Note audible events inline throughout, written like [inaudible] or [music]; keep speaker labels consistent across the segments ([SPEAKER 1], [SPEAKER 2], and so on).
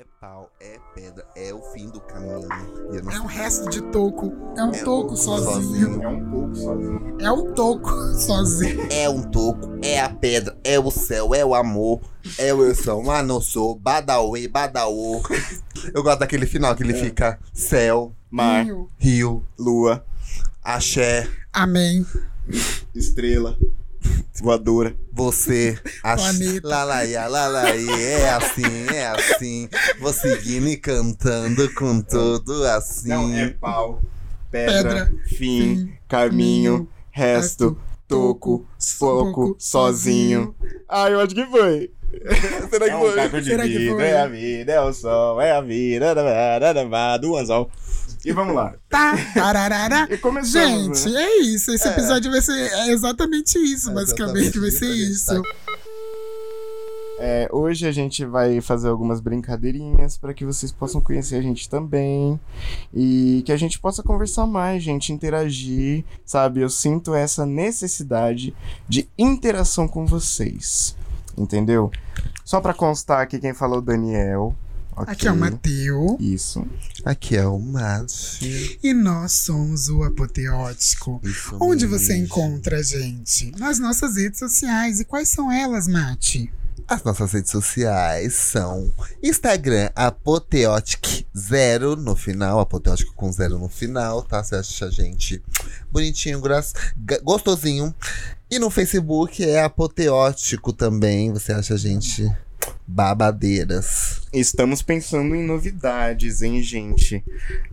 [SPEAKER 1] É pau, é pedra, é o fim do caminho. E eu não
[SPEAKER 2] É um resto de toco. É um
[SPEAKER 1] É um
[SPEAKER 2] toco
[SPEAKER 1] toco
[SPEAKER 2] sozinho.
[SPEAKER 1] sozinho.
[SPEAKER 3] É um pouco sozinho.
[SPEAKER 2] É um toco [laughs] sozinho.
[SPEAKER 1] É um toco, é a pedra, é o céu, é o amor, é o eu sou, mas não sou, badauê, badaô. Eu gosto daquele final que ele
[SPEAKER 3] É.
[SPEAKER 1] fica céu,
[SPEAKER 3] Mar,
[SPEAKER 2] Rio.
[SPEAKER 1] rio,
[SPEAKER 3] lua,
[SPEAKER 1] axé,
[SPEAKER 2] Amém.
[SPEAKER 3] estrela, voadora.
[SPEAKER 1] você, axé,
[SPEAKER 2] Planeta.
[SPEAKER 1] lalaiá, lalaiê, é assim, é assim. Vou seguindo e cantando com tudo assim.
[SPEAKER 3] Não, é pau, pedra,
[SPEAKER 2] Pedra, Hum.
[SPEAKER 3] fim, caminho, resto, toco, pouco, sozinho. Ah, eu acho que foi. [laughs] Será que foi?
[SPEAKER 2] Será que foi?
[SPEAKER 3] é a vida, é o sol, é a vida, da- da- da- da- do anzol. E vamos lá.
[SPEAKER 2] Tá, tararara.
[SPEAKER 3] [laughs] E começamos,
[SPEAKER 2] Gente,
[SPEAKER 3] né?
[SPEAKER 2] é isso. Esse episódio vai ser é exatamente isso,
[SPEAKER 1] É
[SPEAKER 2] basicamente.
[SPEAKER 1] exatamente
[SPEAKER 2] Vai
[SPEAKER 1] isso,
[SPEAKER 2] ser
[SPEAKER 1] a gente
[SPEAKER 2] isso.
[SPEAKER 3] É, hoje a gente vai fazer algumas brincadeirinhas para que vocês possam conhecer a gente também e que a gente possa conversar mais, gente, interagir, sabe? Eu sinto essa necessidade de interação com vocês, entendeu? Só para constar aqui quem falou é o Daniel. ok?
[SPEAKER 2] Aqui é o Mateu
[SPEAKER 3] Isso.
[SPEAKER 1] Aqui é o Márcio.
[SPEAKER 2] e nós somos o Apoteótico.
[SPEAKER 1] Isso
[SPEAKER 2] Onde
[SPEAKER 1] mesmo.
[SPEAKER 2] você encontra a gente? Nas nossas redes sociais. E quais são elas, Mate?
[SPEAKER 1] As nossas redes sociais são Instagram, apoteotic zero no final, apoteótico com zero no final, tá? Você acha a gente bonitinho, gras- ga- gostosinho. E no Facebook é apoteótico também, você acha a gente babadeiras.
[SPEAKER 3] Estamos pensando em novidades, hein, gente?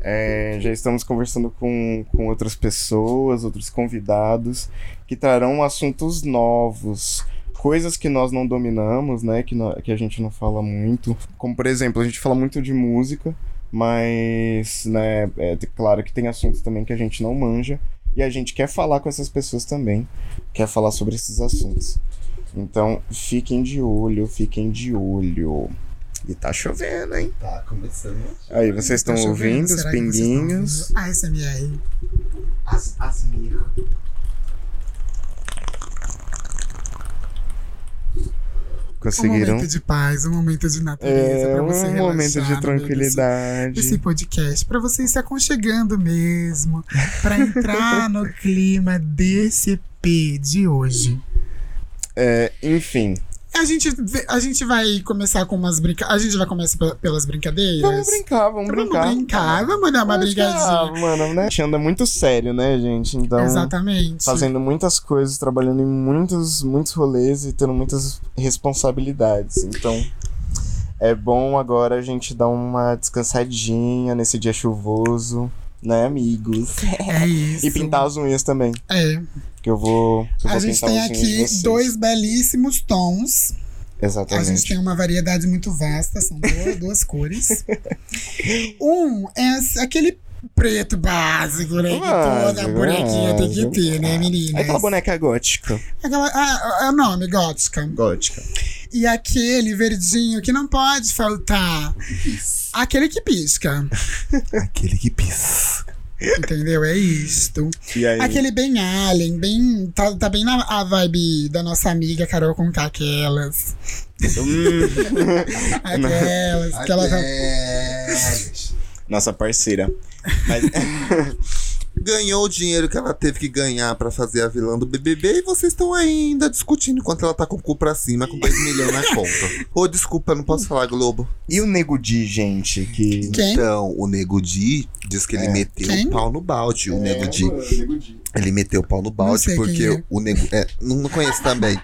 [SPEAKER 3] É, já estamos conversando com, com outras pessoas, outros convidados, que trarão assuntos novos, coisas que nós não dominamos, né? Que, nó- que a gente não fala muito. Como, por exemplo, a gente fala muito de música, mas, né, é t- claro que tem assuntos também que a gente não manja, e a gente quer falar com essas pessoas também, quer falar sobre esses assuntos. Então, fiquem de olho, fiquem de olho. E tá chovendo, hein?
[SPEAKER 1] Tá começando.
[SPEAKER 3] Aí, vocês estão
[SPEAKER 2] Tá chovendo?
[SPEAKER 3] ouvindo os
[SPEAKER 2] Será que vocês estão
[SPEAKER 3] pinguinhos?
[SPEAKER 2] ouvindo? ASMR.
[SPEAKER 3] As, as miras.
[SPEAKER 2] Um
[SPEAKER 3] Conseguiram?
[SPEAKER 2] momento de paz, um momento de natureza
[SPEAKER 3] É
[SPEAKER 2] pra você
[SPEAKER 3] um
[SPEAKER 2] relaxar
[SPEAKER 3] momento
[SPEAKER 2] no meio
[SPEAKER 3] de
[SPEAKER 2] desse-
[SPEAKER 3] tranquilidade.
[SPEAKER 2] Esse podcast pra você ir se aconchegando mesmo, pra entrar
[SPEAKER 3] [laughs]
[SPEAKER 2] no clima desse P de hoje.
[SPEAKER 3] É, enfim.
[SPEAKER 2] A gente, vê- a gente vai começar com umas brincadeiras. A gente vai começar pe- pelas brincadeiras.
[SPEAKER 3] Vamos brincar, vamos
[SPEAKER 2] Então vamos
[SPEAKER 3] brincar.
[SPEAKER 2] brincar, vamos dar uma
[SPEAKER 3] Acho que, ah,
[SPEAKER 2] brigadinha.
[SPEAKER 3] mano, né? A gente anda muito sério, né, gente? Então,
[SPEAKER 2] Exatamente.
[SPEAKER 3] fazendo muitas coisas, trabalhando em muitos, muitos rolês e tendo muitas responsabilidades. Então, é bom agora a gente dar uma descansadinha nesse dia chuvoso, né, amigos?
[SPEAKER 2] É isso.
[SPEAKER 3] E pintar as unhas também,
[SPEAKER 2] É.
[SPEAKER 3] que eu vou. que eu
[SPEAKER 2] A
[SPEAKER 3] vou
[SPEAKER 2] gente
[SPEAKER 3] pintar
[SPEAKER 2] tem
[SPEAKER 3] as unhas de
[SPEAKER 2] aqui
[SPEAKER 3] vocês.
[SPEAKER 2] dois belíssimos tons. A
[SPEAKER 3] Exatamente.
[SPEAKER 2] gente tem uma variedade muito vasta, são duas, duas cores. Um é esse- aquele preto básico, né? Que toda
[SPEAKER 3] Básico,
[SPEAKER 2] bonequinha tem que
[SPEAKER 3] básico.
[SPEAKER 2] ter, né, meninas?
[SPEAKER 3] É Aquela boneca gótica.
[SPEAKER 2] Aquela- ah, ah, é o nome, gótica.
[SPEAKER 3] Gótica.
[SPEAKER 2] E aquele verdinho que não pode faltar. Aquele que pisca,
[SPEAKER 1] Aquele que pisa.
[SPEAKER 2] entendeu? É isto.
[SPEAKER 3] E aí?
[SPEAKER 2] Aquele bem alien, bem... Tá, tá bem na a vibe da nossa amiga Carol Conká, aquelas.
[SPEAKER 3] Hum, [laughs]
[SPEAKER 2] Aquelas, que ela tá...
[SPEAKER 3] nossa parceira. Mas. [laughs]
[SPEAKER 1] Ganhou o dinheiro que ela teve que ganhar pra fazer a vilã do BBB e vocês estão ainda discutindo enquanto ela tá com o cu pra cima com 2 milhões na conta. Ô, desculpa, eu não posso falar, Globo.
[SPEAKER 3] E o Nego Di, gente, que.
[SPEAKER 2] Quem?
[SPEAKER 1] Então, o Nego Di diz que ele
[SPEAKER 3] É.
[SPEAKER 1] meteu
[SPEAKER 2] Quem?
[SPEAKER 1] o pau no balde. O Nego Di, ele meteu o pau no balde
[SPEAKER 2] sei quem
[SPEAKER 1] porque
[SPEAKER 2] é.
[SPEAKER 1] o Nego... É, não não conheço
[SPEAKER 2] [laughs]
[SPEAKER 1] também.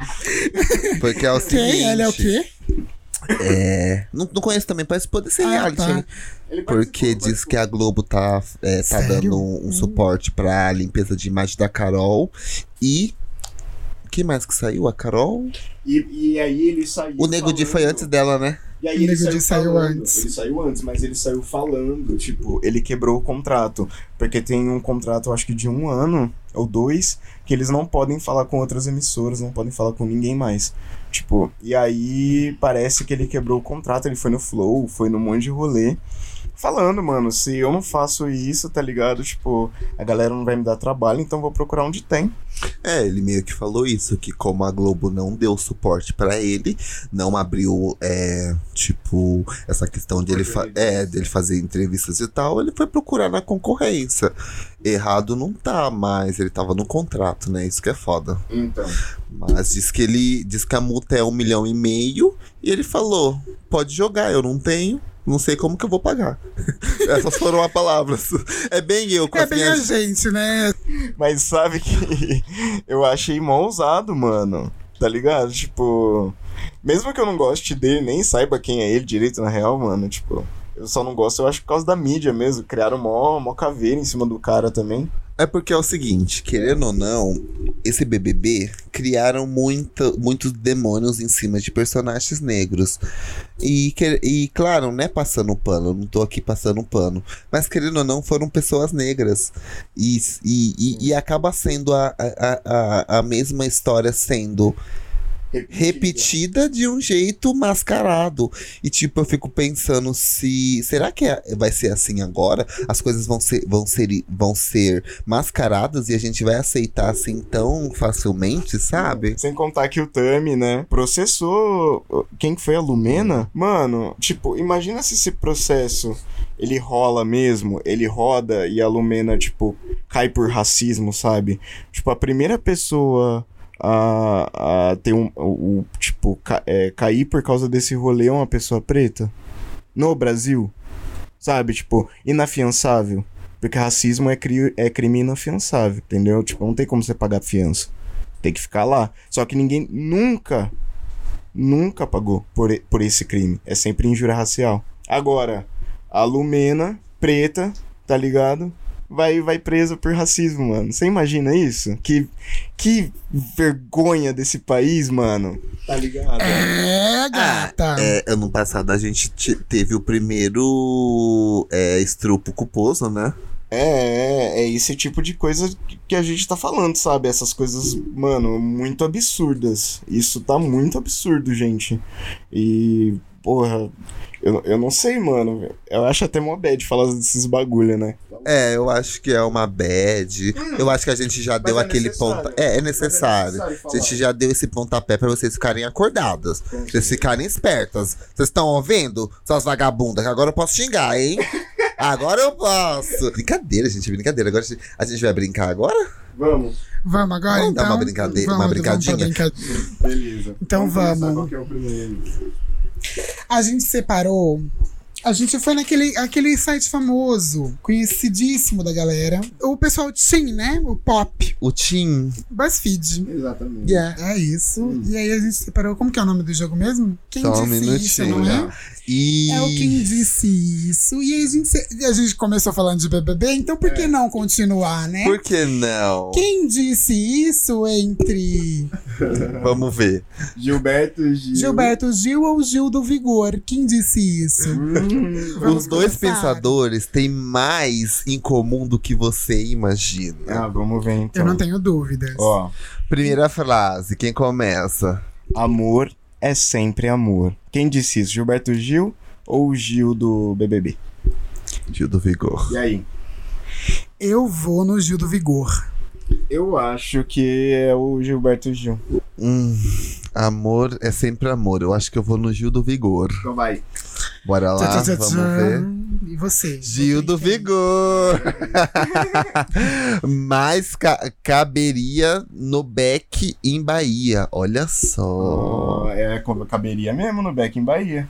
[SPEAKER 1] Porque é o seguinte...
[SPEAKER 2] Quem? Ela é o quê?
[SPEAKER 1] É, não, não conheço também, parece poder ser
[SPEAKER 2] Ah,
[SPEAKER 1] reality,
[SPEAKER 2] tá.
[SPEAKER 1] hein? Porque diz que a Globo tá, é, tá
[SPEAKER 2] Sério?
[SPEAKER 1] dando um, um suporte pra limpeza de imagem da Carol. E... que mais que saiu? A Carol?
[SPEAKER 3] E, e aí ele saiu.
[SPEAKER 1] O Nego Di foi
[SPEAKER 3] falando-
[SPEAKER 1] antes dela, né?
[SPEAKER 3] E
[SPEAKER 2] O Nego Di saiu
[SPEAKER 3] falando,
[SPEAKER 2] antes.
[SPEAKER 3] Ele saiu antes, mas ele saiu falando. Tipo, ele quebrou o contrato. Porque tem um contrato, eu acho que de um ano ou dois, que eles não podem falar com outras emissoras, não podem falar com ninguém mais. Tipo, e aí parece que ele quebrou o contrato. Ele foi no Flow, foi num monte de rolê. falando, mano, se eu não faço isso, tá ligado? Tipo, a galera não vai me dar trabalho, então vou procurar onde tem.
[SPEAKER 1] É, ele meio que falou isso, que como a Globo não deu suporte pra ele, não abriu, é, tipo, essa questão de ele, fa- é, dele fazer entrevistas e tal, ele foi procurar na concorrência. Errado não tá, mas ele tava no contrato, né? Isso que é foda.
[SPEAKER 3] Então.
[SPEAKER 1] Mas diz que ele diz que a multa é um milhão e meio e ele falou: pode jogar, eu não tenho. Não sei como que eu vou pagar. [laughs] Essas foram as palavras. É bem eu com
[SPEAKER 2] É
[SPEAKER 1] as
[SPEAKER 2] bem a
[SPEAKER 1] minhas-
[SPEAKER 2] gente, né?
[SPEAKER 3] Mas sabe que [laughs] eu achei mó ousado, mano. Tá ligado? Tipo, mesmo que eu não goste dele, nem saiba quem é ele direito na real, mano. Tipo, eu só não gosto, eu acho, por causa da mídia mesmo. Criaram mó, mó caveira em cima do cara também.
[SPEAKER 1] É porque é o seguinte, querendo ou não, esse BBB criaram muita, muitos demônios em cima de personagens negros. E, que- e claro, não é passando pano, não tô aqui passando pano. Mas querendo ou não, foram pessoas negras. E, e, e, e acaba sendo a, a, a, a mesma história sendo repetida de um jeito mascarado. E tipo, eu fico pensando se será que é- vai ser assim agora? As coisas vão ser vão ser vão ser mascaradas e a gente vai aceitar assim tão facilmente, sabe?
[SPEAKER 3] Sem contar que o Tami, né, processou quem que foi a Lumena? Mano, tipo, imagina se esse processo ele rola mesmo, ele roda e a Lumena, tipo, cai por racismo, sabe? Tipo, a primeira pessoa a, a ter um, o, o, tipo, ca- é, cair por causa desse rolê é uma pessoa preta no Brasil, sabe? Tipo, inafiançável. Porque racismo é, cri, é crime inafiançável, entendeu? Tipo, não tem como você pagar fiança. Tem que ficar lá. Só que ninguém nunca, nunca pagou por, e- por esse crime. É sempre injúria racial. Agora, a Lumena, preta, tá ligado? Vai, vai presa por racismo, mano. Você imagina isso? Que, que vergonha desse país, mano. Tá ligado?
[SPEAKER 2] É, gata.
[SPEAKER 1] É, ano passado a gente te- teve o primeiro é, estrupo culposo, né?
[SPEAKER 3] É, é, é esse tipo de coisa que a gente tá falando, sabe? Essas coisas, mano, muito absurdas. Isso tá muito absurdo, gente. E, porra, eu, eu não sei, mano. Eu acho até mó bad falar desses bagulho, né?
[SPEAKER 1] É, eu acho que é uma bad. Eu acho que a gente já deu
[SPEAKER 3] é
[SPEAKER 1] aquele
[SPEAKER 3] necessário.
[SPEAKER 1] ponta. É, é necessário. A gente já deu esse pontapé pra vocês ficarem acordadas. Pra vocês ficarem espertas. Vocês estão ouvindo? Suas vagabundas, que agora eu posso xingar, hein? Agora eu posso. Brincadeira, gente, brincadeira. Agora a gente- a gente vai brincar agora?
[SPEAKER 3] Vamos,
[SPEAKER 2] Vamos agora,
[SPEAKER 1] Vamos dar
[SPEAKER 2] então?
[SPEAKER 1] uma brincade- uma
[SPEAKER 2] Vamos,
[SPEAKER 1] brincadinha?
[SPEAKER 2] Vamos pra brinca-
[SPEAKER 3] beleza.
[SPEAKER 2] Então
[SPEAKER 3] pensar
[SPEAKER 2] vamos.
[SPEAKER 3] que é o primeiro.
[SPEAKER 2] A gente separou... A gente foi naquele aquele site famoso, conhecidíssimo da galera. O pessoal Tim, né? O pop.
[SPEAKER 1] O Tim.
[SPEAKER 2] BuzzFeed.
[SPEAKER 3] Exatamente.
[SPEAKER 1] Yeah.
[SPEAKER 2] É isso. E aí a gente separou. Como que é o nome do jogo mesmo? Quem
[SPEAKER 1] Só um
[SPEAKER 2] disse isso,
[SPEAKER 1] minutinho.
[SPEAKER 2] não é?
[SPEAKER 1] E.
[SPEAKER 2] É o quem disse isso. E aí a gente, se- e a gente começou falando de BBB, então por que não continuar, né?
[SPEAKER 1] É. Por que não?
[SPEAKER 2] Quem disse isso entre
[SPEAKER 1] Vamos ver.
[SPEAKER 3] Gilberto Gil.
[SPEAKER 2] Gilberto Gil ou Gil do Vigor? Quem disse isso?
[SPEAKER 3] Hum.
[SPEAKER 2] Vamos
[SPEAKER 1] Os dois
[SPEAKER 2] começar.
[SPEAKER 1] pensadores têm mais em comum do que você imagina.
[SPEAKER 3] Ah, vamos ver então.
[SPEAKER 2] Eu não tenho dúvidas.
[SPEAKER 3] Ó,
[SPEAKER 1] Primeira frase, quem começa?
[SPEAKER 3] amor é sempre amor. Quem disse isso? Gilberto Gil ou o Gil do BBB?
[SPEAKER 1] Gil do Vigor.
[SPEAKER 3] E aí?
[SPEAKER 2] Eu vou no Gil do Vigor.
[SPEAKER 3] Eu acho que é o Gilberto Gil.
[SPEAKER 1] Hum, amor é sempre amor. Eu acho que eu vou no Gil do Vigor.
[SPEAKER 3] Então vai.
[SPEAKER 1] Bora Tá lá,
[SPEAKER 2] Tchá, tchá, tchá,
[SPEAKER 1] vamos
[SPEAKER 2] tchá.
[SPEAKER 1] ver.
[SPEAKER 2] E você?
[SPEAKER 1] Gil do Vigor! [laughs] Mas ca- caberia no Beck em Bahia. Olha só.
[SPEAKER 3] é, como caberia mesmo no Back in Bahia.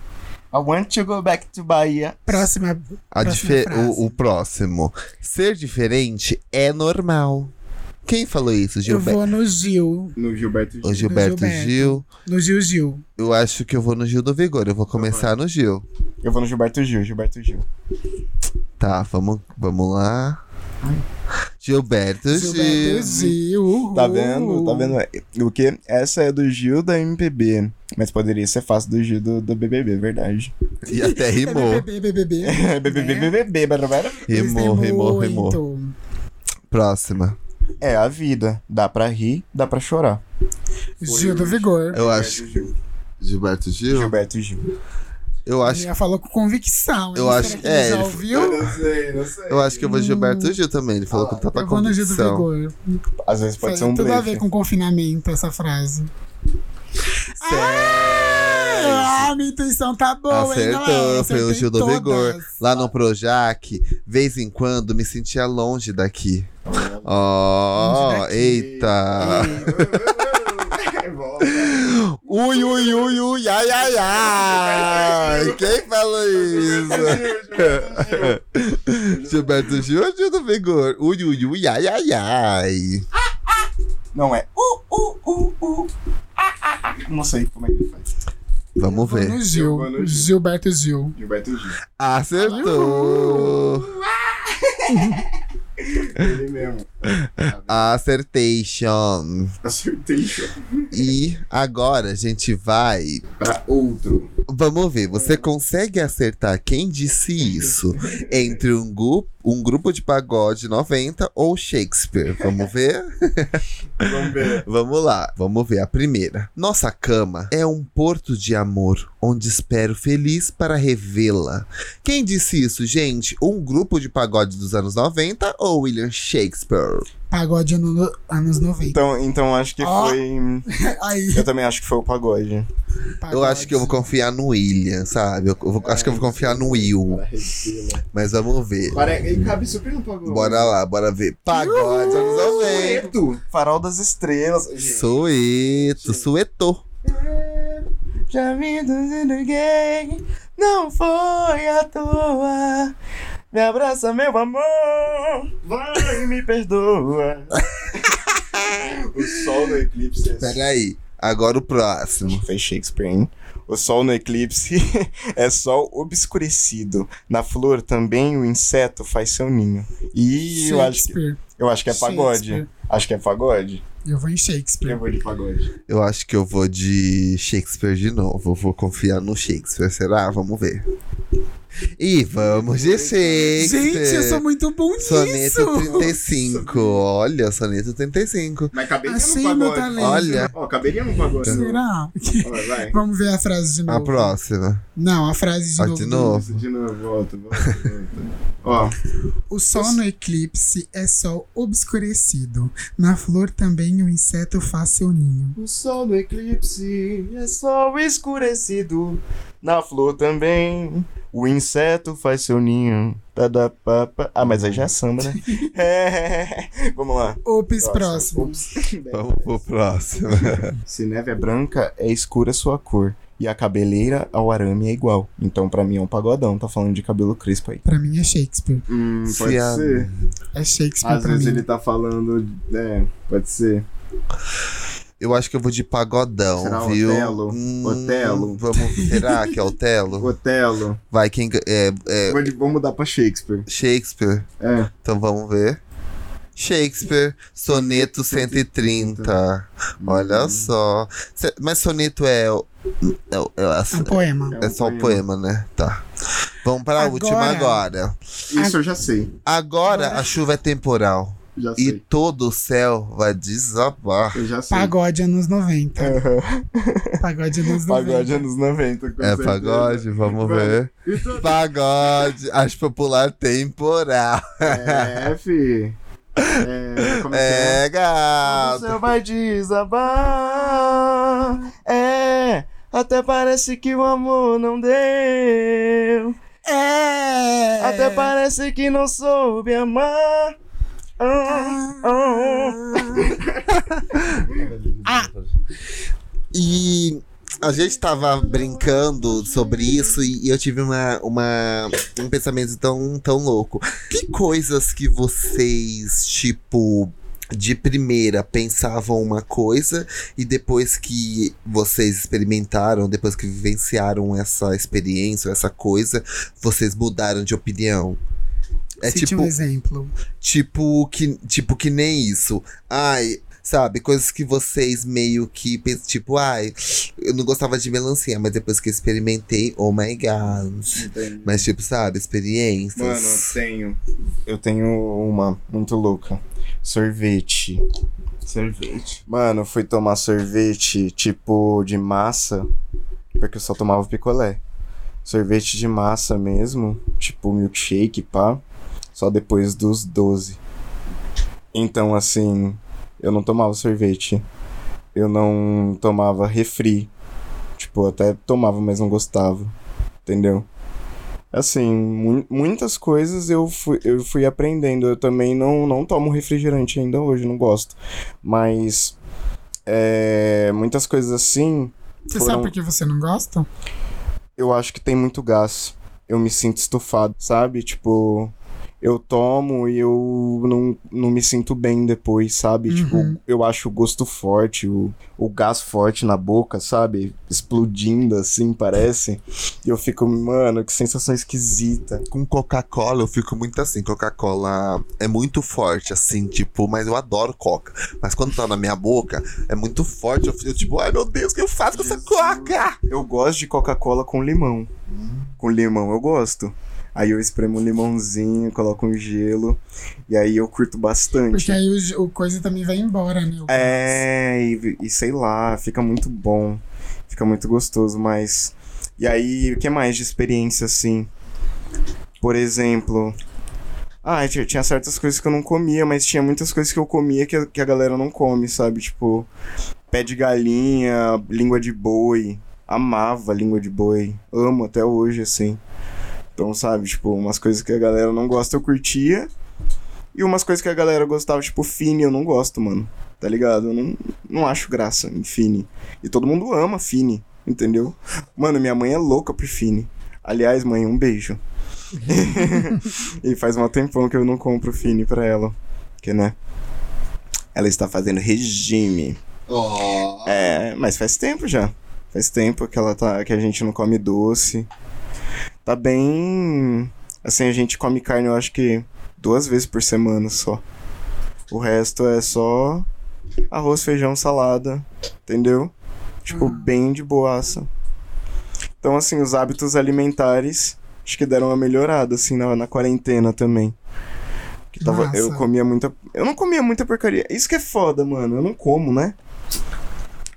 [SPEAKER 3] I want to go back to Bahia.
[SPEAKER 2] Próxima.
[SPEAKER 1] A
[SPEAKER 2] próxima
[SPEAKER 1] dife-
[SPEAKER 2] frase.
[SPEAKER 1] o, o próximo. Ser diferente é normal. Quem falou isso,
[SPEAKER 2] Eu
[SPEAKER 1] Gilberto?
[SPEAKER 2] vou no Gil.
[SPEAKER 3] No Gilberto Gil.
[SPEAKER 1] O Gilberto,
[SPEAKER 2] Gilberto.
[SPEAKER 1] Gil.
[SPEAKER 2] No Gil Gil.
[SPEAKER 1] Eu acho que eu vou no Gil do Vigor. Eu vou começar no Gil.
[SPEAKER 3] Eu vou no Gilberto Gil, Gilberto Gil.
[SPEAKER 1] Tá, vamos, vamos lá. Gilberto,
[SPEAKER 2] Gilberto
[SPEAKER 1] Gil.
[SPEAKER 2] Gil. uhul.
[SPEAKER 3] Tá vendo? Tá vendo? O que? Essa é do Gil da MPB. Mas poderia ser fácil do Gil do, do BBB, verdade. [laughs]
[SPEAKER 1] E até
[SPEAKER 2] É
[SPEAKER 1] rimou.
[SPEAKER 2] BBB, BBB.
[SPEAKER 1] [laughs]
[SPEAKER 3] BBB, BBB, barabara.
[SPEAKER 1] Rimou, rimou, rimou.
[SPEAKER 2] rimou.
[SPEAKER 1] Próxima.
[SPEAKER 3] É a vida. Dá pra rir, dá pra chorar.
[SPEAKER 2] Gil do Vigor.
[SPEAKER 1] Eu acho. Gilberto Gil?
[SPEAKER 3] Gilberto Gil.
[SPEAKER 1] Eu acho,
[SPEAKER 2] Ela falou com convicção.
[SPEAKER 1] Eu
[SPEAKER 2] hein?
[SPEAKER 1] acho-
[SPEAKER 2] Será que
[SPEAKER 1] é,
[SPEAKER 2] ele já
[SPEAKER 1] ele-
[SPEAKER 2] ouviu?
[SPEAKER 3] não sei, não sei.
[SPEAKER 1] eu acho que eu vou Gilberto Gil também. Ele falou
[SPEAKER 3] Ah,
[SPEAKER 1] que tá pra
[SPEAKER 2] Eu vou no Gil do
[SPEAKER 1] convicção.
[SPEAKER 2] Vigor.
[SPEAKER 3] Às vezes pode
[SPEAKER 2] Tem
[SPEAKER 3] ser um
[SPEAKER 2] tudo a ver
[SPEAKER 3] blefe.
[SPEAKER 2] com confinamento, essa frase.
[SPEAKER 1] Sério.
[SPEAKER 2] Ah, minha intuição tá boa, hein, galera?
[SPEAKER 1] Acertou, foi o
[SPEAKER 2] Acertei
[SPEAKER 1] Gil do Vigor.
[SPEAKER 2] todas.
[SPEAKER 1] Lá no Projac, vez em quando me sentia longe daqui. Ó,
[SPEAKER 2] Longe
[SPEAKER 1] oh, eita.
[SPEAKER 3] [laughs] Volta.
[SPEAKER 1] Ui, ui, ui, ui, ai, ai, ai. Quem falou isso? Gilberto Gil ou Gil do Vigor? Ui, ui, ui, ai, ai, ai.
[SPEAKER 3] Não é. Uh, uh, uh, uh. Ah, ah, ah. Não sei como é que ele faz.
[SPEAKER 1] Vamos
[SPEAKER 2] Vou
[SPEAKER 1] ver.
[SPEAKER 2] no Gil.
[SPEAKER 3] Eu vou no Gil.
[SPEAKER 2] Gilberto Gil.
[SPEAKER 3] Gilberto Gil.
[SPEAKER 1] Acertou.
[SPEAKER 3] Ele mesmo.
[SPEAKER 1] Acertation.
[SPEAKER 3] [laughs] Acertei.
[SPEAKER 1] E agora a gente vai.
[SPEAKER 3] Pra outro.
[SPEAKER 1] Vamos ver,
[SPEAKER 3] É.
[SPEAKER 1] você consegue acertar quem disse isso entre um, gu- um grupo de pagode 90 ou Shakespeare? Vamos ver?
[SPEAKER 3] [laughs] Vamos ver.
[SPEAKER 1] Vamos lá, vamos ver a primeira. Nossa cama é um porto de amor, onde espero feliz para revê-la. Quem disse isso, gente? Um grupo de pagode dos anos 90 ou William Shakespeare?
[SPEAKER 2] Pagode ano- anos 90.
[SPEAKER 3] Então, então acho que
[SPEAKER 2] Ó.
[SPEAKER 3] foi.
[SPEAKER 2] Aí,
[SPEAKER 3] Eu também acho que foi o pagode.
[SPEAKER 1] Eu acho que eu vou confiar no William, sabe? Eu vou- acho que eu vou
[SPEAKER 3] É,
[SPEAKER 1] confiar no Will, mas vamos ver.
[SPEAKER 3] Ele cabe super no pagode.
[SPEAKER 1] Bora lá, bora ver. Pagode anos 90.
[SPEAKER 3] Sueto. Farol das estrelas. Gente.
[SPEAKER 1] Sueto, suetou.
[SPEAKER 3] Já me dizendo gay, não foi à toa. Me abraça, meu amor, vai e me perdoa. [laughs] o sol no eclipse. é
[SPEAKER 1] Peraí, agora o próximo.
[SPEAKER 3] Fez Shakespeare, hein? O sol no eclipse [laughs] é sol obscurecido. Na flor também o inseto faz seu ninho. E eu acho, que,
[SPEAKER 2] Shakespeare.
[SPEAKER 3] eu acho que é pagode.
[SPEAKER 2] Shakespeare.
[SPEAKER 3] Acho que é pagode.
[SPEAKER 2] Eu vou em Shakespeare.
[SPEAKER 3] Eu vou de pagode.
[SPEAKER 1] Eu acho que eu vou de Shakespeare de novo. Eu vou confiar no Shakespeare, será? Vamos ver. E vamos de Shakespeare.
[SPEAKER 2] Gente, eu sou muito bom nisso.
[SPEAKER 1] Soneto 35. Olha, soneto 35.
[SPEAKER 3] Mas caberia
[SPEAKER 2] no Achei Assim, meu pagode. talento.
[SPEAKER 1] um Olha.
[SPEAKER 3] Ó, caberia no pagode.
[SPEAKER 2] Será?
[SPEAKER 1] Então-
[SPEAKER 3] vai.
[SPEAKER 2] Vamos ver a frase de
[SPEAKER 1] A
[SPEAKER 2] novo.
[SPEAKER 1] próxima.
[SPEAKER 2] Não, a frase de
[SPEAKER 1] Ó,
[SPEAKER 2] novo.
[SPEAKER 1] de novo.
[SPEAKER 3] de novo, volta, volta, volta. Ó,
[SPEAKER 2] O sol no eclipse é sol obscurecido. Na flor também o inseto faz seu ninho.
[SPEAKER 3] o sol do eclipse é sol escurecido. Na flor também, o inseto faz seu ninho. Tadapapa. Ah, mas aí já é samba, [laughs] né? É. Vamos lá.
[SPEAKER 2] Ops, próximo.
[SPEAKER 1] Vamos pro próximo.
[SPEAKER 3] Se neve é branca, é escura sua cor. E a cabeleira ao arame é igual. Então, pra mim, é um pagodão. Tá falando de cabelo crispo aí.
[SPEAKER 2] Pra mim é Shakespeare.
[SPEAKER 3] Hum,
[SPEAKER 1] pode Se a- ser.
[SPEAKER 2] É Shakespeare pra mim.
[SPEAKER 3] tá falando. É, pode ser.
[SPEAKER 1] Eu acho que eu vou de pagodão,
[SPEAKER 3] Será
[SPEAKER 1] viu? Hum,
[SPEAKER 3] Otelo? Otelo?
[SPEAKER 1] Vamos, será que é
[SPEAKER 3] [laughs]
[SPEAKER 1] Otelo?
[SPEAKER 3] Otelo.
[SPEAKER 1] Vai, quem. ga- É, é
[SPEAKER 3] Vou, mudar pra Shakespeare.
[SPEAKER 1] Shakespeare.
[SPEAKER 3] É.
[SPEAKER 1] Então vamos ver. Shakespeare, soneto 130.
[SPEAKER 3] Hum.
[SPEAKER 1] Olha só. Cê- Mas soneto é. o- É, o- é,
[SPEAKER 2] É um
[SPEAKER 1] a-
[SPEAKER 2] poema.
[SPEAKER 1] é só o poema, né? Tá. Vamos para a
[SPEAKER 2] Agora-
[SPEAKER 1] última agora.
[SPEAKER 3] Isso eu já sei.
[SPEAKER 1] Agora a chuva é temporal
[SPEAKER 3] Já
[SPEAKER 1] e todo o céu vai desabar.
[SPEAKER 3] Eu já sei.
[SPEAKER 2] Pagode anos 90. [laughs] Pagode anos 90.
[SPEAKER 3] Pagode anos 90. com
[SPEAKER 1] É
[SPEAKER 3] certeza.
[SPEAKER 1] pagode, vamos
[SPEAKER 3] Vai.
[SPEAKER 1] ver.
[SPEAKER 3] E todo-
[SPEAKER 1] Pagode, as popular temporal.
[SPEAKER 3] É, fi. É, como é, que
[SPEAKER 1] É,
[SPEAKER 3] é? O
[SPEAKER 1] gato.
[SPEAKER 3] céu vai desabar. É, até parece que o amor não deu.
[SPEAKER 2] É.
[SPEAKER 3] Até parece que não soube amar. Ah, ah.
[SPEAKER 1] E a gente tava brincando sobre isso e eu tive uma, uma, um pensamento tão, tão louco. Que coisas que vocês, tipo, de primeira pensavam uma coisa e depois que vocês experimentaram, depois que vivenciaram essa experiência, essa coisa, vocês mudaram de opinião? É
[SPEAKER 2] Cite um exemplo.
[SPEAKER 1] Tipo que, tipo que nem isso. Ai, sabe, coisas que vocês meio que pensam, tipo, ai, eu não gostava de melancia, mas depois que eu experimentei, oh my god. Mas tipo, sabe, experiências.
[SPEAKER 3] Mano, eu tenho. Eu tenho uma muito louca. Sorvete. Sorvete. Mano, eu fui tomar sorvete tipo de massa, porque eu só tomava picolé. sorvete de massa mesmo, tipo milkshake, pá, só depois dos 12. Então, assim, eu não tomava sorvete. Eu não tomava refri. Tipo, até tomava, mas não gostava. Entendeu? Assim, mu- muitas coisas eu fui, eu fui aprendendo. Eu também não, não tomo refrigerante ainda hoje, não gosto. Mas. é, muitas coisas assim,
[SPEAKER 2] Você
[SPEAKER 3] Foram-
[SPEAKER 2] sabe por que você não gosta?
[SPEAKER 3] eu acho que tem muito gás. Eu me sinto estufado, sabe? Tipo, eu tomo e eu não, não me sinto bem depois, sabe?
[SPEAKER 2] Uhum.
[SPEAKER 3] Tipo, eu acho o gosto forte, o, o gás forte na boca, sabe? Explodindo assim, parece. E eu fico, mano, que sensação esquisita.
[SPEAKER 1] Com Coca-Cola eu fico muito assim. Coca-Cola é muito forte, assim, tipo, mas eu adoro Coca. Mas quando tá na minha boca, é muito forte. Eu fico tipo, ai meu Deus, o que eu faço com essa
[SPEAKER 3] Jesus.
[SPEAKER 1] Coca?
[SPEAKER 3] Eu gosto de Coca-Cola com limão. Com limão eu gosto. Aí eu espremo um limãozinho, coloco um gelo. E aí eu curto bastante.
[SPEAKER 2] Porque aí o, j- o coisa também vai embora, né? o
[SPEAKER 3] É, e, e sei lá, fica muito bom. Fica muito gostoso, mas. E aí, o que mais de experiência assim? Por exemplo. Ah, tinha, tinha certas coisas que eu não comia, mas tinha muitas coisas que eu comia que, a- que a galera não come, sabe? Tipo, pé de galinha, língua de boi. Amava língua de boi. Amo até hoje, assim. Então, sabe, tipo, umas coisas que a galera não gosta eu curtia. E umas coisas que a galera gostava, tipo, fine, eu não gosto, mano tá ligado? Eu não, não acho graça em Fini. E todo mundo ama Fini, entendeu? Mano, minha mãe é louca por Fini. Aliás, mãe, um beijo. e faz um tempão que eu não compro Fini pra ela. Porque, né? Ela está fazendo regime.
[SPEAKER 1] Ó.
[SPEAKER 3] É, mas faz tempo já. Faz tempo que ela tá, que a gente não come doce. Tá bem, assim a gente come carne, eu acho que duas vezes por semana só. O resto é só arroz, feijão, salada, entendeu? Tipo bem de boaça. Então assim, os hábitos alimentares acho que deram uma melhorada assim na, na quarentena também. Que tava,
[SPEAKER 2] Massa.
[SPEAKER 3] eu comia muita, eu não comia muita porcaria. Isso que é foda, mano. Eu não como, né?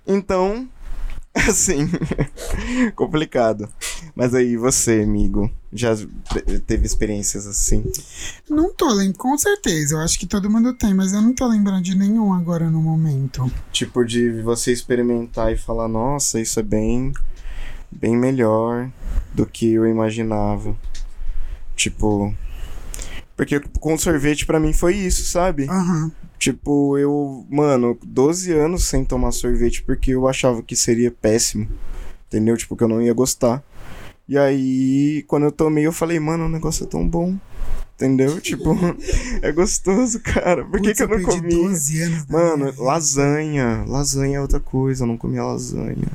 [SPEAKER 3] Então, [laughs] assim, [laughs] complicado. Mas aí você, amigo, já te- teve experiências assim?
[SPEAKER 2] Não tô lembrando, com certeza. Eu acho que todo mundo tem, mas eu não tô lembrando de nenhum agora no momento.
[SPEAKER 3] Tipo de você experimentar e falar, nossa, isso é bem bem melhor do que eu imaginava. Tipo, porque com sorvete pra mim foi isso, sabe?
[SPEAKER 2] Aham.
[SPEAKER 3] Tipo, eu, mano, 12 anos sem tomar sorvete porque eu achava que seria péssimo. Entendeu? Tipo, que eu não ia gostar. E aí, quando eu tomei, eu falei, mano, o negócio é tão bom.
[SPEAKER 2] [laughs]
[SPEAKER 3] Entendeu? Tipo, [laughs] é gostoso, cara. Por que,
[SPEAKER 2] Putz,
[SPEAKER 3] que eu não
[SPEAKER 2] perdi
[SPEAKER 3] comi?
[SPEAKER 2] 12 anos da minha
[SPEAKER 3] Mano,
[SPEAKER 2] vida.
[SPEAKER 3] lasanha. Lasanha é outra coisa, eu não comia lasanha.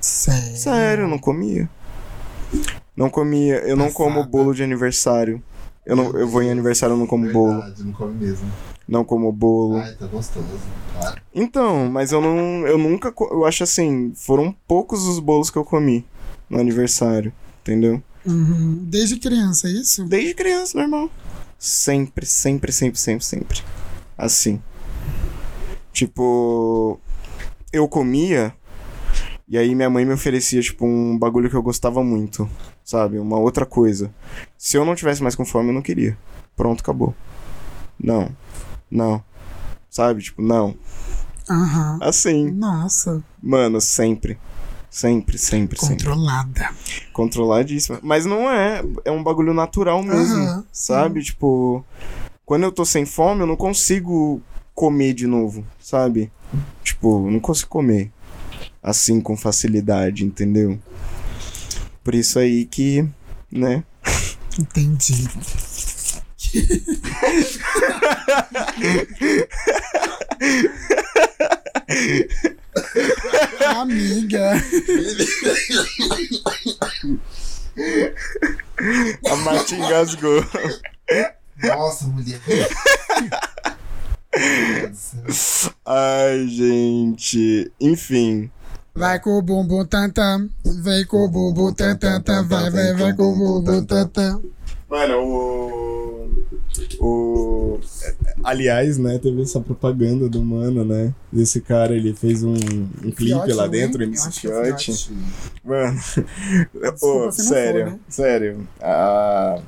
[SPEAKER 2] Sério.
[SPEAKER 3] Sério, eu não comia. Não comia. Eu não como
[SPEAKER 1] Passada.
[SPEAKER 3] bolo de aniversário. Eu, não, eu vou em aniversário, eu não como bolo.
[SPEAKER 1] não come mesmo.
[SPEAKER 3] Não como bolo.
[SPEAKER 1] tá gostoso.
[SPEAKER 3] Então, mas eu não. Eu nunca. co- Eu acho assim, foram poucos os bolos que eu comi no aniversário, entendeu?
[SPEAKER 2] Uhum. Desde criança, é isso?
[SPEAKER 3] Desde criança, normal. Sempre, sempre, sempre, sempre, sempre. Assim. Tipo. Eu comia. E aí minha mãe me oferecia, tipo, um bagulho que eu gostava muito. Sabe? Uma outra coisa. Se eu não tivesse mais com fome, eu não queria. Pronto, acabou. Não. Não. Sabe? Tipo, não.
[SPEAKER 2] Aham.
[SPEAKER 3] Assim.
[SPEAKER 2] Nossa,
[SPEAKER 3] Mano, sempre. Sempre, sempre, sempre.
[SPEAKER 2] controlada.
[SPEAKER 3] Controladíssima. Mas não é. É um bagulho natural mesmo.
[SPEAKER 2] Aham,
[SPEAKER 3] sabe? Tipo, quando eu tô sem fome, eu não consigo comer de novo, sabe? Tipo, eu não consigo comer assim com facilidade, entendeu? Por isso aí que, né?
[SPEAKER 2] Entendi. Amiga.
[SPEAKER 3] A Mati [laughs] engasgou.
[SPEAKER 1] Nossa, mulher.
[SPEAKER 3] Ai, gente. Enfim.
[SPEAKER 2] Vai com o bumbum tantam, vem com o bumbum tantam, vai, vai, vai com o bumbum tantam.
[SPEAKER 3] Mano, o. O.
[SPEAKER 4] Deus.
[SPEAKER 3] Aliás, né, teve essa propaganda do mano, né? Desse cara, ele fez um, um clipe
[SPEAKER 2] Fiote,
[SPEAKER 3] lá
[SPEAKER 2] né?
[SPEAKER 3] dentro,
[SPEAKER 2] Eu
[SPEAKER 3] MC
[SPEAKER 2] acho que é
[SPEAKER 3] Fiote. Mano, [laughs]
[SPEAKER 2] Desculpa,
[SPEAKER 3] ô,
[SPEAKER 2] você não
[SPEAKER 3] sério,
[SPEAKER 2] foi, né?
[SPEAKER 3] sério. Ah,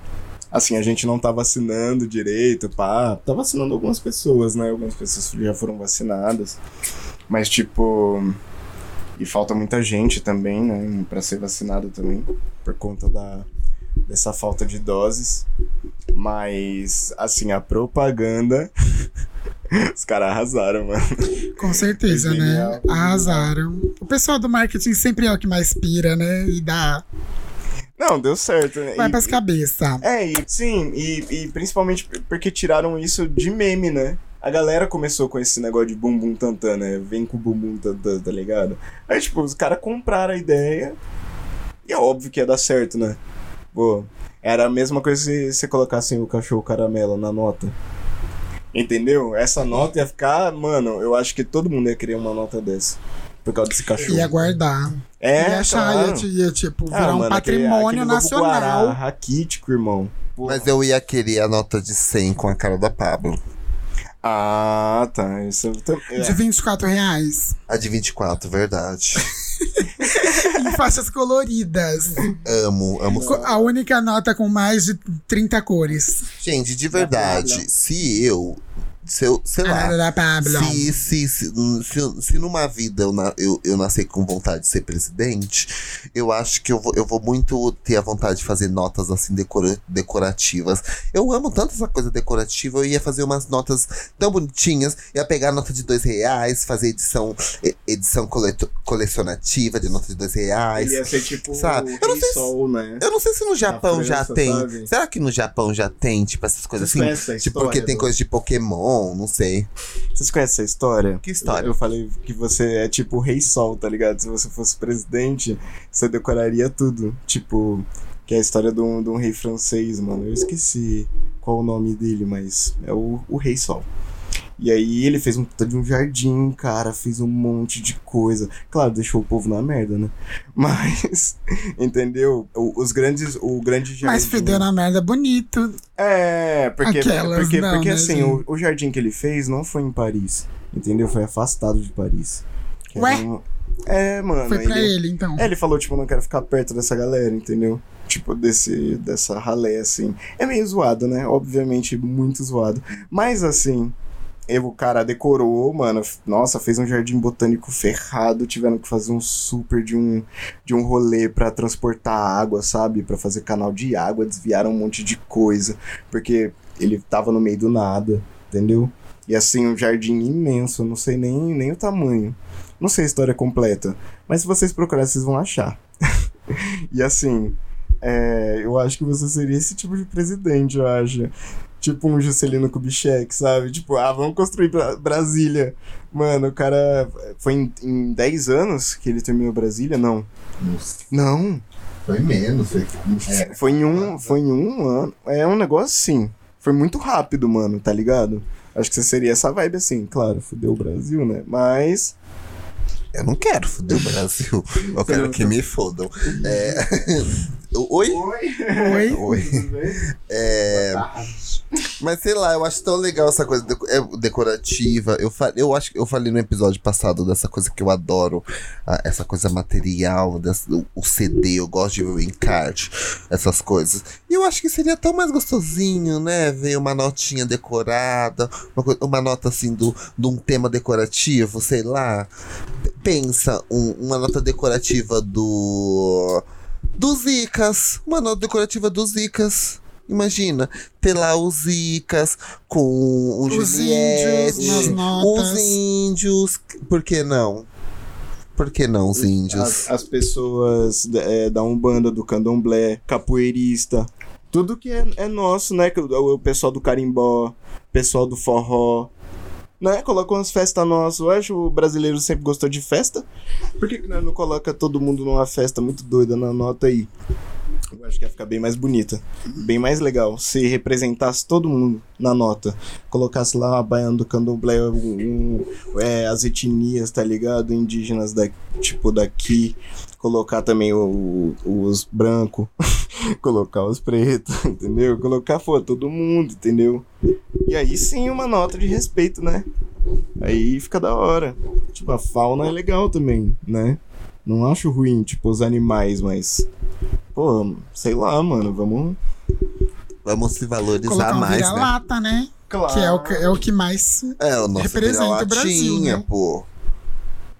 [SPEAKER 3] assim, a gente não tá vacinando direito, pá. Tá vacinando algumas pessoas, né? Algumas pessoas já foram vacinadas. Mas, tipo. E falta muita gente também, né? Pra ser vacinado também. Por conta da, dessa falta de doses. Mas, assim, a propaganda. [laughs] Os caras arrasaram, mano.
[SPEAKER 2] Com certeza, né?
[SPEAKER 3] Genial.
[SPEAKER 2] Arrasaram. O pessoal do marketing sempre é o que mais pira, né? E dá.
[SPEAKER 3] Não, deu certo, né?
[SPEAKER 2] Vai
[SPEAKER 3] E-
[SPEAKER 2] pras cabeças.
[SPEAKER 3] É, e, sim, e, e principalmente porque tiraram isso de meme, né? A galera começou com esse negócio de bum bum tantã, né? Vem com bum bum tantã, tá ligado? Aí, tipo, os caras compraram a ideia e é óbvio que ia dar certo, né? Pô, era a mesma coisa se você colocasse o cachorro caramelo na nota. Entendeu? Essa nota ia ficar, mano, eu acho que todo mundo ia querer uma nota dessa. Por causa desse cachorro.
[SPEAKER 2] E aguardar.
[SPEAKER 3] é,
[SPEAKER 2] e achar, ia,
[SPEAKER 3] claro.
[SPEAKER 2] ti- ia, tipo,
[SPEAKER 3] Ah,
[SPEAKER 2] virar um
[SPEAKER 3] mano, aquele-
[SPEAKER 2] patrimônio
[SPEAKER 3] aquele lobo guará,
[SPEAKER 2] nacional.
[SPEAKER 3] raquítico, irmão. Porra.
[SPEAKER 1] Mas eu ia querer a nota de 100 com a cara da Pablo.
[SPEAKER 3] Ah, tá. Isso também.
[SPEAKER 2] De 24 reais.
[SPEAKER 1] A de 24, verdade.
[SPEAKER 2] em faixas coloridas.
[SPEAKER 1] amo, amo.
[SPEAKER 2] Co- A única nota com mais de 30 cores.
[SPEAKER 1] Gente, de verdade, se eu. Se eu, sei lá.
[SPEAKER 2] Ah, da Pablo.
[SPEAKER 1] Se, se, se, se, se numa vida eu, na, eu, eu nascer com vontade de ser presidente, eu acho que eu vou, eu vou muito ter a vontade de fazer notas assim decora, decorativas. Eu amo tanto essa coisa decorativa, eu ia fazer umas notas tão bonitinhas, ia pegar a nota de dois reais, fazer edição, e- edição coleto, colecionativa de nota de dois reais.
[SPEAKER 3] Ele ia ser tipo
[SPEAKER 1] Sabe?
[SPEAKER 3] o
[SPEAKER 1] Eu não
[SPEAKER 3] Rei
[SPEAKER 1] sei se-
[SPEAKER 3] Sol, né?
[SPEAKER 1] Eu não sei se no Japão já
[SPEAKER 3] França,
[SPEAKER 1] tem.
[SPEAKER 3] sabe? é
[SPEAKER 1] Será que no Japão já tem, tipo, essas coisas assim?
[SPEAKER 3] conhecem a
[SPEAKER 1] Tipo, porque tem
[SPEAKER 3] do-
[SPEAKER 1] coisa de Pokémon, não sei.
[SPEAKER 3] Vocês conhecem essa história?
[SPEAKER 1] Que história?
[SPEAKER 3] Eu falei que você é tipo o Rei Sol, tá ligado? Se você fosse presidente, você decoraria tudo. Tipo, que é a história de um, de um rei francês, mano. Eu esqueci qual o nome dele, mas é o, o Rei Sol. E aí ele fez um puta de um jardim, cara, fez um monte de coisa. Claro, deixou o povo na merda, né? [laughs] Mas, entendeu? O, os grandes, o grande jardim...
[SPEAKER 2] Mas fedeu na merda bonito.
[SPEAKER 3] É, porque,
[SPEAKER 2] Aquelas,
[SPEAKER 3] porque,
[SPEAKER 2] não,
[SPEAKER 3] porque
[SPEAKER 2] né,
[SPEAKER 3] assim,
[SPEAKER 2] gente?
[SPEAKER 3] o, o jardim que ele fez não foi em Paris, entendeu? Foi afastado de Paris. Que era
[SPEAKER 2] Ué?
[SPEAKER 3] um- É, mano.
[SPEAKER 2] Foi pra
[SPEAKER 3] ele...
[SPEAKER 2] ele, então.
[SPEAKER 3] É, ele falou, tipo, não quero ficar perto dessa galera, entendeu? Tipo, desse, dessa ralé, assim. É meio zoado, né? Obviamente, muito zoado. Mas, assim, eu- o cara decorou, mano. f- Nossa, fez um jardim botânico ferrado. Tiveram que fazer um super de um, de um rolê pra transportar água, sabe? Pra fazer canal de água. Desviaram um monte de coisa. Porque ele tava no meio do nada, entendeu? E assim, um jardim imenso, eu não sei nem, nem o tamanho. Não sei a história completa. Mas se vocês procurarem, vocês vão achar. [laughs] e assim, é, eu acho que você seria esse tipo de presidente, eu acho. Tipo um Juscelino Kubitschek, sabe? Tipo, ah, vamos construir Bra- Brasília. Mano, o cara. Foi em, em 10 anos que ele terminou Brasília? Não. Não.
[SPEAKER 1] Foi menos, foi.
[SPEAKER 3] Foi em um, foi em um ano. É um negócio assim. Foi muito rápido, mano, tá ligado? Acho que você seria essa vibe assim, claro, fudeu o Brasil, né? Mas.
[SPEAKER 1] É, Eu não quero foder o Brasil. Eu quero que me fodam. É... [laughs] Oi?
[SPEAKER 2] Oi?
[SPEAKER 1] Oi. [laughs] É,
[SPEAKER 3] Tá.
[SPEAKER 1] Mas sei lá, eu acho tão legal essa coisa deco- é, decorativa. Eu, fa- eu acho que eu falei no episódio passado dessa coisa que eu adoro, a- essa coisa material, dessa- o, o CD, eu gosto de ver o encarte, essas coisas. E eu acho que seria tão mais gostosinho, né? Ver uma notinha decorada, uma, coi- uma nota assim do, de um tema decorativo, sei lá. P- Pensa, um- uma nota decorativa do. Dos Icas. Uma nota decorativa dos Icas. Imagina, ter lá os Icas com um
[SPEAKER 2] Os
[SPEAKER 1] Juliette,
[SPEAKER 2] índios nas
[SPEAKER 1] os
[SPEAKER 2] notas.
[SPEAKER 1] índios. Por que não? Por que não os índios?
[SPEAKER 3] As, as pessoas da- é, da Umbanda, do Candomblé, capoeirista. Tudo que é, é nosso, né? que O, o pessoal do carimbó, pessoal do forró. Né? Colocam umas festas nossas. Eu acho que o brasileiro sempre gostou de festa. Por que, que nós não coloca todo mundo numa festa muito doida na nota aí? Eu acho que ia ficar bem mais bonita. Bem mais legal. Se representasse todo mundo na nota. Colocasse lá a baiana do candomblé, um- um- é, as etnias, tá ligado? Indígenas da, tipo, daqui, colocar também o- o- os [laughs] brancos, colocar os pretos, entendeu? Colocar, pô, todo mundo, entendeu? E aí sim, uma nota de respeito, né? Aí fica da hora. Tipo, a fauna é legal também, né? Não acho ruim, tipo, os animais, mas. Pô, sei lá, mano, vamos.
[SPEAKER 1] Vamos se valorizar
[SPEAKER 2] Colocar um
[SPEAKER 1] mais, né?
[SPEAKER 2] vira-lata, né?
[SPEAKER 3] Claro.
[SPEAKER 2] Que é o, que- é o que mais.
[SPEAKER 1] É, o nosso
[SPEAKER 2] Representa o
[SPEAKER 1] vira-latinha,
[SPEAKER 2] Brasil, né?
[SPEAKER 1] pô.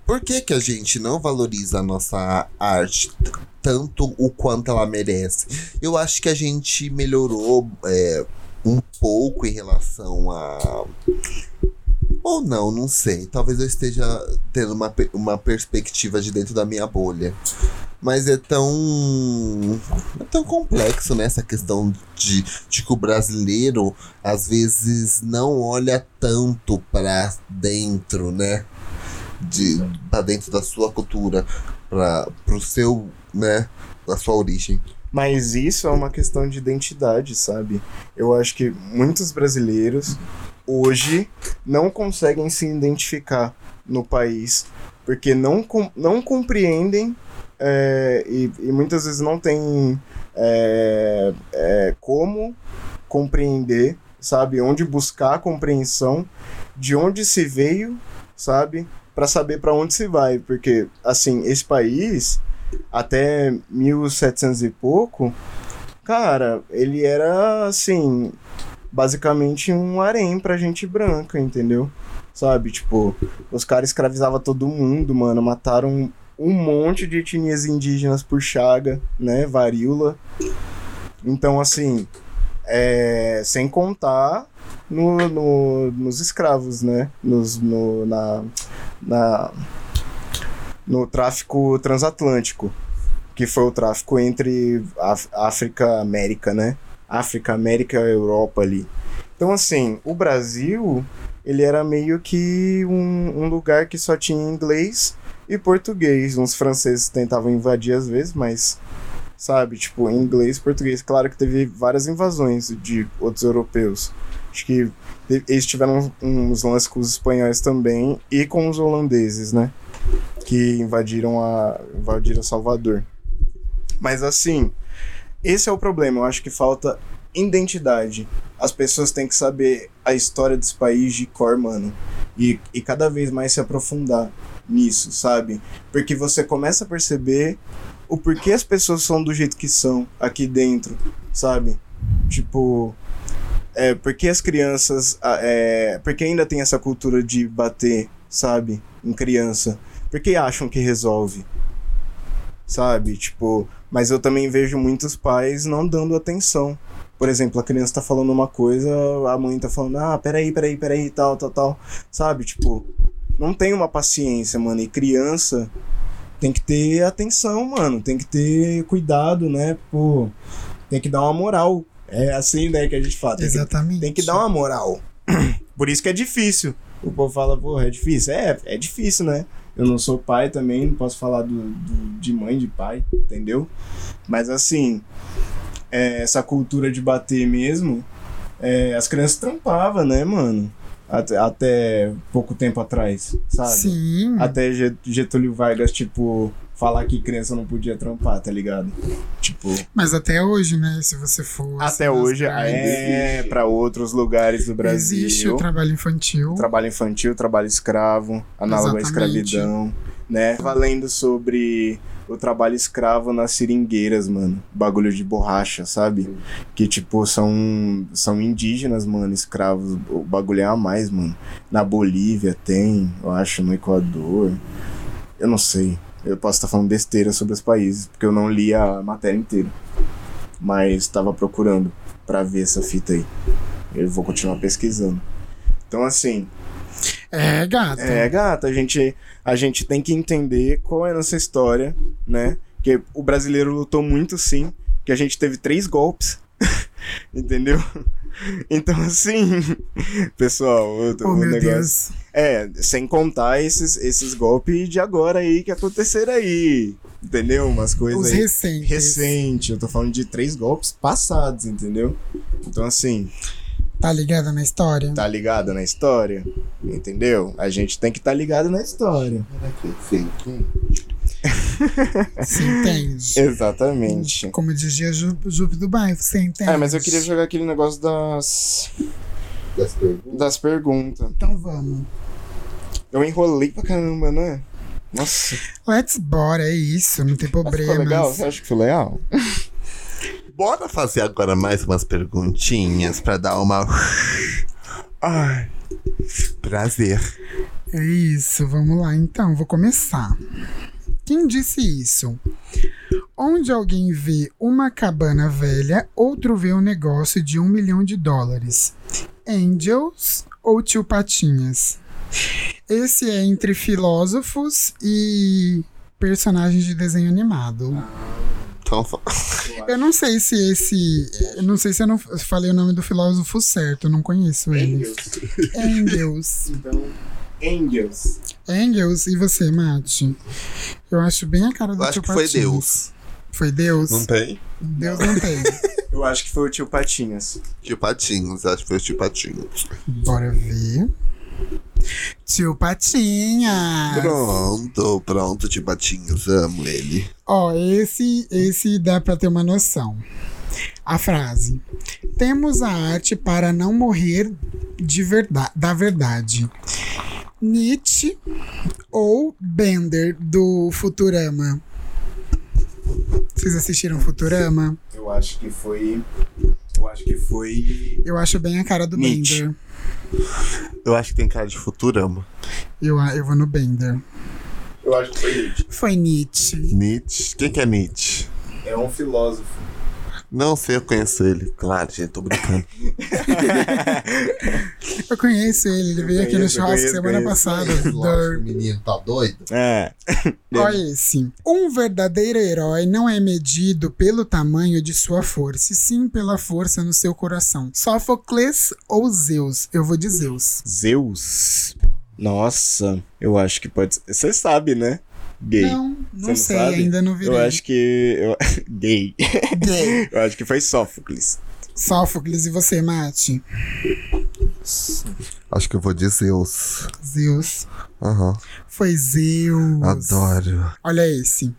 [SPEAKER 1] Por que, que a gente não valoriza a nossa arte t- tanto o quanto ela merece? Eu acho que a gente melhorou é, um pouco em relação a. Ou não, não sei. Talvez eu esteja tendo uma, pe- uma perspectiva de dentro da minha bolha. Mas é tão. É tão complexo, né? Essa questão de, de que o brasileiro às vezes não olha tanto pra dentro, né? De para dentro da sua cultura, para pro seu, né, da sua origem.
[SPEAKER 3] Mas isso é uma questão de identidade, sabe? Eu acho que muitos brasileiros hoje não conseguem se identificar no país porque não, com- não compreendem é, e, e muitas vezes não têm é, é, como compreender, sabe? Onde buscar a compreensão de onde se veio, sabe? Para saber para onde se vai, porque assim, esse país até 1700 e pouco, cara, ele era assim, basicamente um harém pra gente branca, entendeu? Sabe, tipo, os caras escravizavam todo mundo, mano, mataram um monte de etnias indígenas por chaga, né, varíola. Então, assim, é, sem contar no, no- nos escravos, né, nos, no, na, na, no tráfico transatlântico, que foi o tráfico entre Af- África, América, né? África, América, Europa ali. Então, assim, o Brasil, ele era meio que um, um lugar que só tinha inglês e português. Uns franceses tentavam invadir às vezes, mas, sabe, tipo, inglês, português. Claro que teve várias invasões de outros europeus. Acho que te- eles tiveram uns lances com os espanhóis também e com os holandeses, né? que invadiram a invadiram Salvador. Mas assim, esse é o problema, eu acho que falta identidade. As pessoas têm que saber a história desse país de cor, mano, e, e cada vez mais se aprofundar nisso, sabe? Porque você começa a perceber o porquê as pessoas são do jeito que são aqui dentro, sabe? Tipo, é, porque as crianças. ah, É, porque ainda tem essa cultura de bater, sabe? Em criança porque acham que resolve. Sabe? Tipo, mas eu também vejo muitos pais não dando atenção. Por exemplo, a criança tá falando uma coisa, a mãe tá falando, ah, peraí, peraí, peraí, tal, tal, tal. Sabe? Tipo, não tem uma paciência, mano. E criança tem que ter atenção, mano. Tem que ter cuidado, né? Pô, tem que dar uma moral. É assim, né, que a gente fala. Tem que
[SPEAKER 2] Exatamente.
[SPEAKER 3] tem que dar uma moral. [clears throat] Por isso que é difícil. O povo fala, porra, é difícil. É, é difícil, né? Eu não sou pai também, não posso falar do, do- de mãe, de pai, entendeu? Mas assim, é, essa cultura de bater mesmo, é, as crianças trampavam, né, mano? Até, até pouco tempo atrás, sabe?
[SPEAKER 2] Sim.
[SPEAKER 3] Até Get- Getúlio Vargas, tipo, falar que criança não podia trampar, tá ligado? Tipo.
[SPEAKER 2] Mas até hoje, né? Se você for.
[SPEAKER 3] Até
[SPEAKER 2] assim, nas
[SPEAKER 3] hoje,
[SPEAKER 2] praias,
[SPEAKER 3] é para outros lugares do Brasil.
[SPEAKER 2] Existe o trabalho infantil.
[SPEAKER 3] trabalho infantil, trabalho escravo, análogo à
[SPEAKER 2] Exatamente.
[SPEAKER 3] escravidão, né? Valendo sobre o trabalho escravo nas seringueiras, mano. Bagulho de borracha, sabe? Que, tipo, são, são indígenas, mano, escravos. O bagulho é a mais, mano. Na Bolívia tem, eu acho, no Equador. Eu não sei. Eu posso estar falando besteira sobre os países, porque eu não li a matéria inteira. Mas tava procurando pra ver essa fita aí. Eu vou continuar pesquisando. Então, assim,
[SPEAKER 2] É, gata.
[SPEAKER 3] é, gata, a gente, a gente tem que entender qual é a nossa história, né? Que o brasileiro lutou muito, sim. Que a gente teve três golpes, [laughs] entendeu? Então, assim, [laughs] pessoal, o,
[SPEAKER 2] Oh,
[SPEAKER 3] o
[SPEAKER 2] meu
[SPEAKER 3] um negócio.
[SPEAKER 2] Deus.
[SPEAKER 3] É, sem contar esses, esses golpes de agora aí que aconteceram aí, entendeu? Umas coisas
[SPEAKER 2] Os
[SPEAKER 3] aí
[SPEAKER 2] recentes.
[SPEAKER 3] recente. Eu tô falando de três golpes passados, entendeu? Então, assim,
[SPEAKER 2] Tá ligada na história?
[SPEAKER 3] tá ligado na história, entendeu? A gente tem que tá ligado na história.
[SPEAKER 1] Sim.
[SPEAKER 2] Você entende?
[SPEAKER 3] Exatamente.
[SPEAKER 2] Como dizia Ju- Jupe do Bairro, você entende?
[SPEAKER 4] É, mas eu queria jogar aquele negócio das.
[SPEAKER 1] das perguntas.
[SPEAKER 4] Das perguntas.
[SPEAKER 2] Então vamos.
[SPEAKER 4] Eu enrolei pra caramba, né? Nossa,
[SPEAKER 2] Let's bora, é isso, não tem
[SPEAKER 4] mas ficou legal?
[SPEAKER 2] problemas.
[SPEAKER 4] Você acha que ficou legal?
[SPEAKER 1] Bora fazer agora mais umas perguntinhas pra dar uma. [laughs] Ai. Prazer.
[SPEAKER 2] É isso, vamos lá então, vou começar. Quem disse isso? Onde alguém vê uma cabana velha, outro vê um negócio de um milhão de dólares. Angels ou tio Patinhas? Esse é entre filósofos e personagens de desenho animado.
[SPEAKER 1] Então, fa-
[SPEAKER 2] Eu não sei se esse. eu Não sei se eu não falei o nome do filósofo certo, eu não conheço ele. Engels.
[SPEAKER 3] Então, Angels.
[SPEAKER 2] Engels, e você, Mate? Eu acho bem a cara do
[SPEAKER 1] eu acho
[SPEAKER 2] tio
[SPEAKER 1] que foi
[SPEAKER 2] Patinhas.
[SPEAKER 1] Deus.
[SPEAKER 2] Foi Deus?
[SPEAKER 1] tem?
[SPEAKER 2] Deus não tem.
[SPEAKER 3] Eu acho que foi o tio Patinhas.
[SPEAKER 1] Tio Patinhos, acho que foi o Tio Patinhos.
[SPEAKER 2] Bora ver. Tio Patinhas.
[SPEAKER 1] Pronto, pronto, Tio Patinhos. Amo ele.
[SPEAKER 2] Ó, esse, esse dá pra ter uma noção. A frase: Temos a arte para não morrer de verdade, da verdade. Nietzsche ou Bender do Futurama? Vocês assistiram Futurama?
[SPEAKER 3] Eu acho que foi. Eu acho que foi.
[SPEAKER 2] Eu acho bem a cara do
[SPEAKER 3] Nietzsche.
[SPEAKER 2] Bender.
[SPEAKER 1] Eu acho que tem cara de Futurama.
[SPEAKER 2] Eu, eu vou no Bender.
[SPEAKER 3] Eu acho que foi Nietzsche.
[SPEAKER 2] Foi Nietzsche.
[SPEAKER 1] Nietzsche. Quem que é Nietzsche?
[SPEAKER 3] É um filósofo.
[SPEAKER 1] Não sei, eu conheço ele. Claro, gente, tô [laughs] brincando.
[SPEAKER 2] Eu conheço ele, ele
[SPEAKER 3] Eu
[SPEAKER 2] veio aqui no
[SPEAKER 3] conheço, eu
[SPEAKER 2] churrasco
[SPEAKER 3] conheço,
[SPEAKER 2] semana
[SPEAKER 3] conheço.
[SPEAKER 2] passada.
[SPEAKER 1] Lógico, o menino tá doido.
[SPEAKER 4] É.
[SPEAKER 2] Olha esse. Um verdadeiro herói não é medido pelo tamanho de sua força, e sim pela força no seu coração. Sófocles ou Zeus? Eu vou de Zeus.
[SPEAKER 4] Zeus. Nossa, eu acho que pode ser. Você sabe, né? Gay.
[SPEAKER 2] Não, não
[SPEAKER 4] não
[SPEAKER 2] sei,
[SPEAKER 4] sabe?
[SPEAKER 2] ainda não virei.
[SPEAKER 4] eu acho que. eu- [laughs] Gay.
[SPEAKER 2] Gay.
[SPEAKER 4] Eu acho que foi Sófocles.
[SPEAKER 2] Sófocles e você, Mate?
[SPEAKER 1] Acho que eu vou de Zeus.
[SPEAKER 2] Zeus.
[SPEAKER 1] Aham.
[SPEAKER 2] Foi Zeus.
[SPEAKER 1] Adoro.
[SPEAKER 2] Olha esse.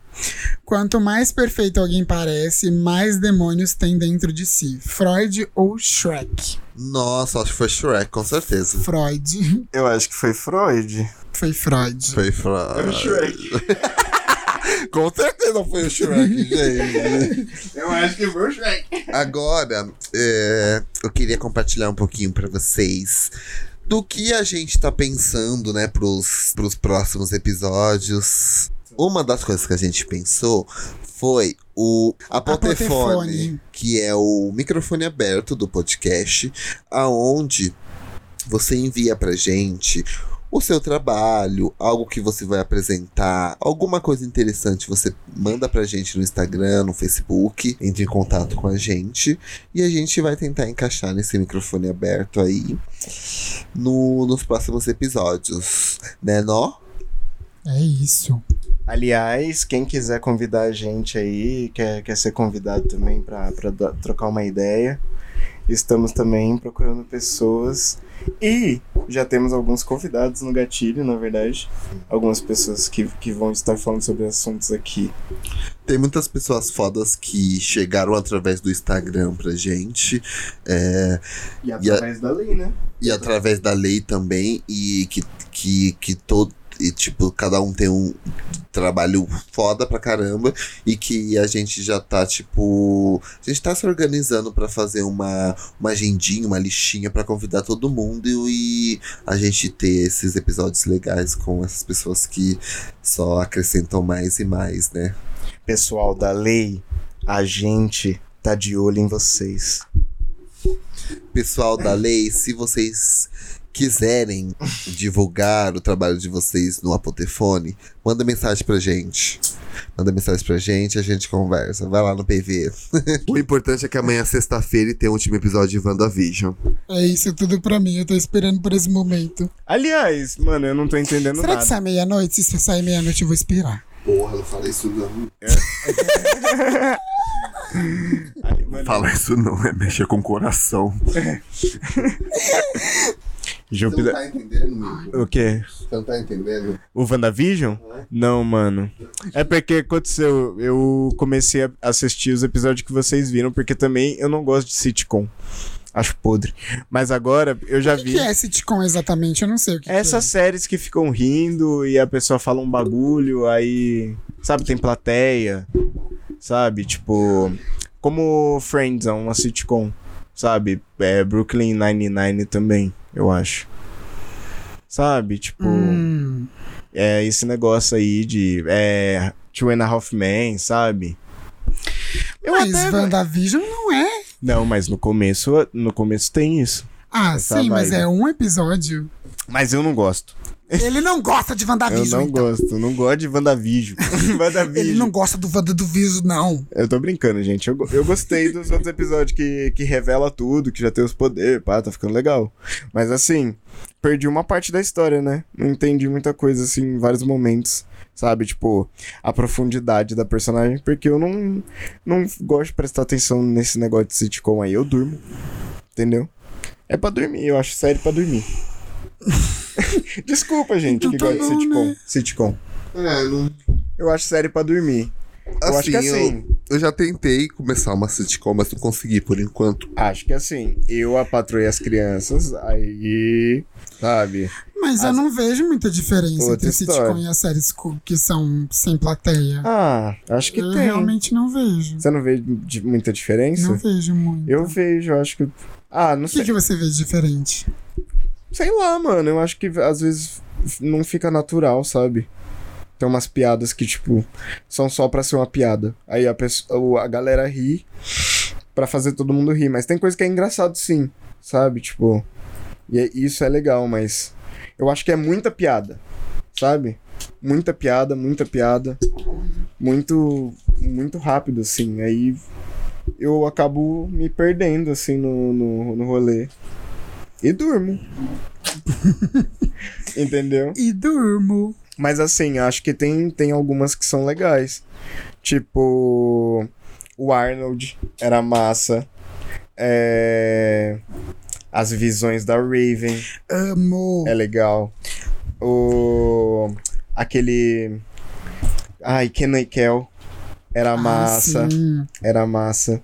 [SPEAKER 2] Quanto mais perfeito alguém parece, mais demônios tem dentro de si. Freud ou Shrek?
[SPEAKER 1] Nossa, acho que foi Shrek, com certeza.
[SPEAKER 2] Freud. [laughs]
[SPEAKER 3] Eu acho que foi Freud.
[SPEAKER 2] Foi Freud.
[SPEAKER 1] Foi fra... [laughs] Com certeza foi o [laughs] Shrek, gente.
[SPEAKER 3] Eu acho que foi o Shrek.
[SPEAKER 1] Agora, é, eu queria compartilhar um pouquinho pra vocês do que a gente tá pensando, né, pros, pros próximos episódios. Uma das coisas que a gente pensou foi o apotefone,
[SPEAKER 2] Apotefone.
[SPEAKER 1] que é o microfone aberto do podcast, aonde você envia pra gente o seu trabalho, algo que você vai apresentar, alguma coisa interessante, você manda pra gente no Instagram, no Facebook, entre em contato com a gente e a gente vai tentar encaixar nesse microfone aberto aí no- nos próximos episódios, né, nó?
[SPEAKER 2] É isso.
[SPEAKER 3] Aliás, quem quiser convidar a gente aí, quer, quer ser convidado também pra, pra dar- trocar uma ideia, estamos também procurando pessoas e já temos alguns convidados no gatilho, na verdade. Algumas pessoas que, que vão estar falando sobre assuntos aqui.
[SPEAKER 1] Tem muitas pessoas fodas que chegaram através do Instagram pra gente. É,
[SPEAKER 3] E através da lei, né?
[SPEAKER 1] E através da lei também, e que, que, que todo. E, tipo, cada um tem um trabalho foda pra caramba. E que a gente já tá, tipo. A gente tá se organizando pra fazer uma, uma agendinha, uma listinha pra convidar todo mundo e, e a gente ter esses episódios legais com essas pessoas que só acrescentam mais e mais, né?
[SPEAKER 3] Pessoal da lei, a gente tá de olho em vocês.
[SPEAKER 1] pessoal da lei, se vocês quiserem divulgar o trabalho de vocês no Apotefone, manda mensagem pra gente. Manda mensagem pra gente, a gente conversa. Vai lá no [laughs] PV. o importante é que amanhã é sexta-feira e tem o último episódio de WandaVision.
[SPEAKER 2] É isso tudo pra mim, eu tô esperando por esse momento.
[SPEAKER 4] Aliás, mano, eu não tô entendendo
[SPEAKER 2] Será que
[SPEAKER 4] nada.
[SPEAKER 2] sai meia-noite? Se sair meia-noite, eu vou expirar.
[SPEAKER 1] Porra, não falei isso não.
[SPEAKER 4] Ai, mano,
[SPEAKER 1] Falar isso não é mexer com o coração.
[SPEAKER 4] Júpiter.
[SPEAKER 1] tá entendendo, amigo?
[SPEAKER 4] O quê?
[SPEAKER 1] Você não tá entendendo?
[SPEAKER 4] O WandaVision? Não, mano. É porque aconteceu. Eu comecei a assistir os episódios que vocês viram, porque também eu não gosto de sitcom.
[SPEAKER 3] Acho podre. Mas agora eu já
[SPEAKER 2] O que
[SPEAKER 3] vi.
[SPEAKER 2] que é sitcom exatamente? Eu não sei o que é. que
[SPEAKER 3] Essas séries que ficam rindo e a pessoa fala um bagulho, aí. Sabe, tem plateia. Sabe? Tipo. Como Friends é uma sitcom. Sabe? É Brooklyn Nine-Nine também, eu acho. Sabe? Tipo.
[SPEAKER 2] é. Hum,
[SPEAKER 3] É esse negócio aí de. É. Two and a Half Men, sabe? Eu
[SPEAKER 2] mas é
[SPEAKER 3] até-
[SPEAKER 2] WandaVision não é.
[SPEAKER 3] Não, mas no começo, no começo tem isso.
[SPEAKER 2] Ah,
[SPEAKER 3] Essa
[SPEAKER 2] sim, mas
[SPEAKER 3] vibe.
[SPEAKER 2] é um episódio.
[SPEAKER 3] [laughs] Mas eu não gosto.
[SPEAKER 2] Ele não gosta de
[SPEAKER 3] Eu
[SPEAKER 2] WandaVision,
[SPEAKER 3] não
[SPEAKER 2] então.
[SPEAKER 3] gosto. Não gosto de WandaVision. [laughs] WandaVision.
[SPEAKER 2] Ele não gosta do WandaVision, não.
[SPEAKER 3] Eu tô brincando, gente. Eu, go- eu gostei dos outros episódios que, que revela tudo, que já tem os poderes, pá, tá ficando legal. Mas assim, perdi uma parte da história, né? Não entendi muita coisa, assim, em vários momentos. Sabe, tipo, a profundidade da personagem, porque eu não, não gosto de prestar atenção nesse negócio de sitcom aí. Eu durmo. Entendeu? É pra dormir, eu acho sério pra dormir. [laughs] Desculpa, gente,
[SPEAKER 2] Então
[SPEAKER 3] que
[SPEAKER 2] tá
[SPEAKER 3] gosta de
[SPEAKER 2] bom,
[SPEAKER 3] sitcom.
[SPEAKER 2] né?
[SPEAKER 3] Sitcom.
[SPEAKER 1] É, não-
[SPEAKER 3] Eu acho sério pra dormir. eu acho que
[SPEAKER 1] Assim, eu-
[SPEAKER 3] assim.
[SPEAKER 1] Eu já tentei começar uma sitcom, mas não consegui por enquanto.
[SPEAKER 3] Acho que assim, eu apatroei as crianças, aí. Sabe?
[SPEAKER 2] Mas eu
[SPEAKER 3] As-
[SPEAKER 2] não vejo muita diferença
[SPEAKER 3] Outra
[SPEAKER 2] entre sitcom
[SPEAKER 3] história.
[SPEAKER 2] e as séries co- que são sem plateia.
[SPEAKER 3] Ah, acho que
[SPEAKER 2] eu
[SPEAKER 3] tem.
[SPEAKER 2] realmente não vejo.
[SPEAKER 3] Você não vê de- muita diferença?
[SPEAKER 2] Não vejo muito.
[SPEAKER 3] Eu vejo, acho que. Ah, não
[SPEAKER 2] O que,
[SPEAKER 3] sei.
[SPEAKER 2] que você vê de diferente?
[SPEAKER 3] Sei lá, mano. Eu acho que às vezes f- não fica natural, sabe? Tem umas piadas que, tipo, são só pra ser uma piada. Aí a, pessoa, o- a galera ri pra fazer todo mundo rir. Mas tem coisa que é engraçado, sim. Sabe? Tipo. E é- isso é legal, mas. Eu acho que é muita piada. Sabe? Muita piada, muita piada. Muito. Muito rápido, assim. Aí. Eu acabo me perdendo, assim, no, no, no rolê. E durmo. [laughs] Entendeu?
[SPEAKER 2] E durmo.
[SPEAKER 3] Mas assim, acho que tem, tem algumas que são legais. Tipo. O Arnold era massa. É, As visões da Raven
[SPEAKER 2] Amo.
[SPEAKER 3] é legal. O. Aquele. Ai, Kenan e Kel. Era É massa.
[SPEAKER 2] Ah, sim.
[SPEAKER 3] era massa.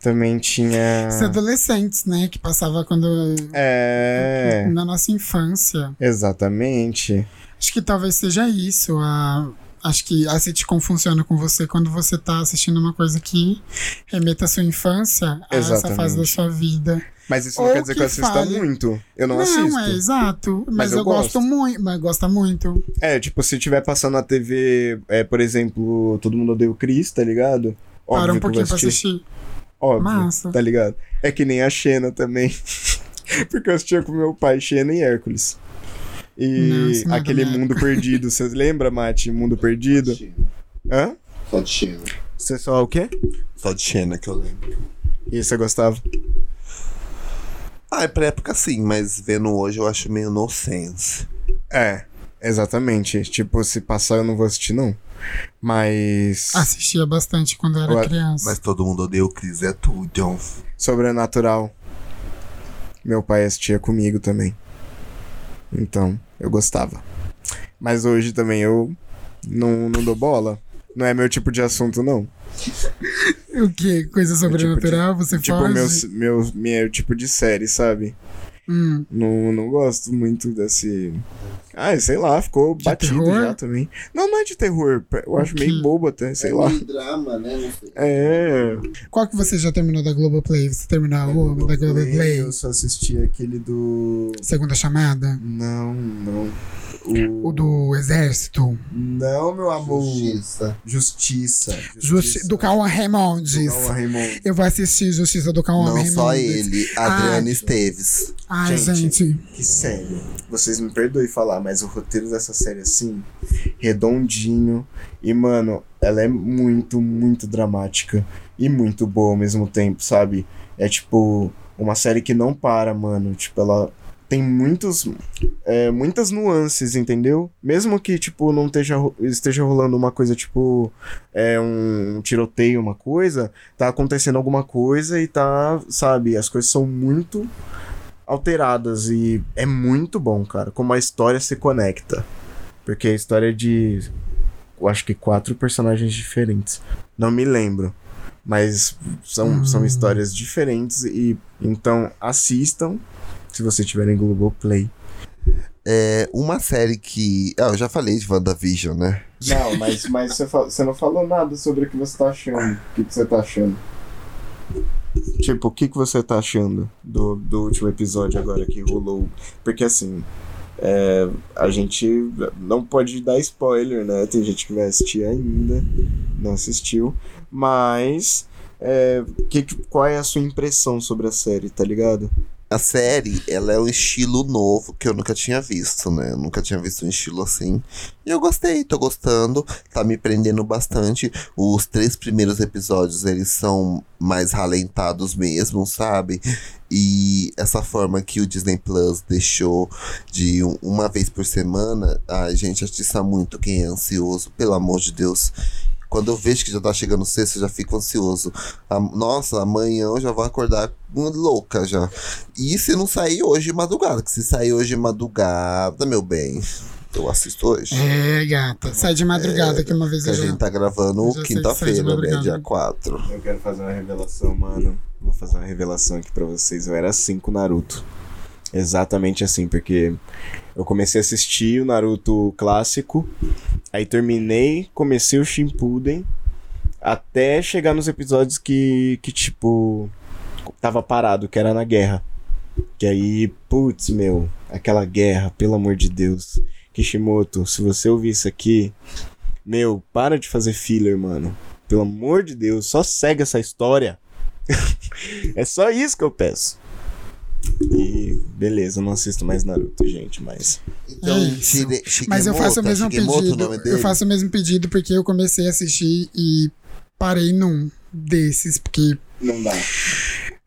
[SPEAKER 3] Também tinha.
[SPEAKER 2] Os adolescentes, né? Que passava quando.
[SPEAKER 3] É.
[SPEAKER 2] Na nossa infância.
[SPEAKER 3] Exatamente.
[SPEAKER 2] Acho que talvez seja isso. A... Acho que a sitcom funciona com você quando você tá assistindo uma coisa que remeta à sua infância, a essa
[SPEAKER 3] Exatamente.
[SPEAKER 2] fase da sua vida.
[SPEAKER 3] Mas isso
[SPEAKER 2] Ou
[SPEAKER 3] não quer dizer que,
[SPEAKER 2] que
[SPEAKER 3] eu assista
[SPEAKER 2] fale-
[SPEAKER 3] muito. Eu não, assisto.
[SPEAKER 2] é exato. Mas,
[SPEAKER 3] eu
[SPEAKER 2] eu, gosto,
[SPEAKER 3] gosto.
[SPEAKER 2] muito. Mas gosta muito.
[SPEAKER 3] É, tipo, se tiver passando na TV, é, por exemplo, Todo Mundo Odeia o Chris, tá ligado?
[SPEAKER 2] Para
[SPEAKER 3] Óbvio que
[SPEAKER 2] um
[SPEAKER 3] eu
[SPEAKER 2] pouquinho pra
[SPEAKER 3] vou
[SPEAKER 2] assistir.
[SPEAKER 3] Óbvio,
[SPEAKER 2] Massa.
[SPEAKER 3] tá ligado? É que nem a Xena também. [laughs] Porque eu assistia com meu pai, Xena e Hércules.
[SPEAKER 2] Não,
[SPEAKER 3] E
[SPEAKER 2] isso não é da
[SPEAKER 3] aquele
[SPEAKER 2] minha
[SPEAKER 3] Mundo Perdido, vocês [laughs] lembram, Mate? Mundo Perdido? Hã?
[SPEAKER 1] Só de Xena.
[SPEAKER 3] Você só o quê?
[SPEAKER 1] Só de Xena que eu lembro.
[SPEAKER 3] E você gostava?
[SPEAKER 1] Ah, é pra época sim, mas vendo hoje eu acho meio nonsense.
[SPEAKER 3] É, exatamente. Tipo, se passar eu não vou assistir, não. Mas.
[SPEAKER 2] Assistia bastante quando eu era
[SPEAKER 3] Ué,
[SPEAKER 2] criança.
[SPEAKER 1] Mas todo mundo odeia o Chris, é tudo.
[SPEAKER 3] Sobrenatural. Meu pai assistia comigo também. Então, eu gostava. Mas hoje também eu não, não dou bola. Não é meu tipo de assunto, não.
[SPEAKER 2] O que? Coisa sobrenatural? você
[SPEAKER 3] tipo,
[SPEAKER 2] foge?
[SPEAKER 3] meu, meu, meu tipo de série, sabe?
[SPEAKER 2] Hum.
[SPEAKER 3] Não, não gosto muito desse. Ah, sei lá, ficou batido
[SPEAKER 2] terror?
[SPEAKER 3] já também. Não, não é de terror. Eu acho meio
[SPEAKER 2] Que-
[SPEAKER 3] bobo até, sei lá.
[SPEAKER 1] drama, né? Não sei.
[SPEAKER 3] É.
[SPEAKER 2] Qual que você já terminou da Globoplay? Você terminou a Globo, da Globoplay?
[SPEAKER 5] Eu só assisti aquele do.
[SPEAKER 2] Segunda chamada?
[SPEAKER 5] Não, não.
[SPEAKER 2] O do Exército?
[SPEAKER 5] Não, meu amor.
[SPEAKER 1] Justiça.
[SPEAKER 5] Justiça.
[SPEAKER 2] Justi- do Cauã Raymond.
[SPEAKER 5] Calma, Raimundo.
[SPEAKER 2] Eu vou assistir Justiça do Cauã
[SPEAKER 1] Não
[SPEAKER 2] Raymond.
[SPEAKER 1] só ele, Adriana
[SPEAKER 2] Ah.
[SPEAKER 1] Esteves.
[SPEAKER 2] Ai, gente.
[SPEAKER 5] Gente. Que sério. Vocês me perdoem falar, mas o roteiro dessa série assim,
[SPEAKER 3] redondinho. E, mano, ela é muito, muito dramática. E muito boa ao mesmo tempo, sabe? É tipo uma série que não para, mano. Tipo, ela tem muitos, é, muitas nuances, entendeu? Mesmo que, tipo, não esteja, ro- esteja rolando uma coisa, tipo, é, um tiroteio, uma coisa, tá acontecendo alguma coisa e tá, sabe? As coisas são muito alteradas e é muito bom, cara, como a história se conecta. Porque a história é de. Eu acho que quatro personagens diferentes. Não me lembro. Mas são,
[SPEAKER 2] Hum.
[SPEAKER 3] são histórias diferentes e então assistam se você tiver em Globoplay.
[SPEAKER 1] É uma série que. Ah, eu já falei de WandaVision, né?
[SPEAKER 4] Não, mas, mas você, fa- você não falou nada sobre o que você tá achando. O que, que você tá achando?
[SPEAKER 3] Tipo, o que, que você tá achando do, do último episódio agora que rolou? Porque assim, é, a gente não pode dar spoiler, né? Tem gente que vai assistir ainda, não assistiu. Mas, é, que, que- qual é a sua impressão sobre a série, tá ligado?
[SPEAKER 1] A série, ela é um estilo novo que eu nunca tinha visto, né? Eu nunca tinha visto um estilo assim. E eu gostei, tô gostando. Tá me prendendo bastante. Os três primeiros episódios, eles são mais ralentados mesmo, sabe? E essa forma que o Disney Plus deixou de um- uma vez por semana, a gente atiça muito quem é ansioso, pelo amor de Deus. Quando eu vejo que já tá chegando sexta, eu já fico ansioso. A- nossa, amanhã eu já vou acordar louca já. E se não sair hoje de madrugada? Que se sair hoje de madrugada, meu bem, eu assisto hoje.
[SPEAKER 2] É, gata. Sai de madrugada que uma vez
[SPEAKER 1] Que a
[SPEAKER 2] eu já...
[SPEAKER 1] gente tá gravando
[SPEAKER 2] já sei que sai de
[SPEAKER 1] quinta-feira, né?
[SPEAKER 2] madrugada.
[SPEAKER 1] Dia 4.
[SPEAKER 3] Eu quero fazer uma revelação, mano. Vou fazer uma revelação aqui pra vocês. Eu era assim com o Naruto. Exatamente assim, porque eu comecei a assistir o Naruto clássico, aí terminei, comecei o Shippuden, até chegar nos episódios que, que tipo, tava parado, que era na guerra. Que aí, putz, meu, aquela guerra, pelo amor de Deus. Kishimoto, se você ouvir isso aqui, meu, para de fazer filler, mano. Pelo amor de Deus, só segue essa história. [laughs] é só isso que eu peço. E beleza, eu não assisto mais Naruto, gente, mas.
[SPEAKER 1] Então,
[SPEAKER 2] É isso.
[SPEAKER 1] Shire- Shigemoto,
[SPEAKER 2] Mas eu faço o
[SPEAKER 1] é
[SPEAKER 2] mesmo
[SPEAKER 1] Shigemoto o
[SPEAKER 2] pedido.
[SPEAKER 1] nome
[SPEAKER 2] Eu
[SPEAKER 1] dele?
[SPEAKER 2] faço o mesmo pedido porque eu comecei a assistir e parei num desses, porque.
[SPEAKER 4] Não dá.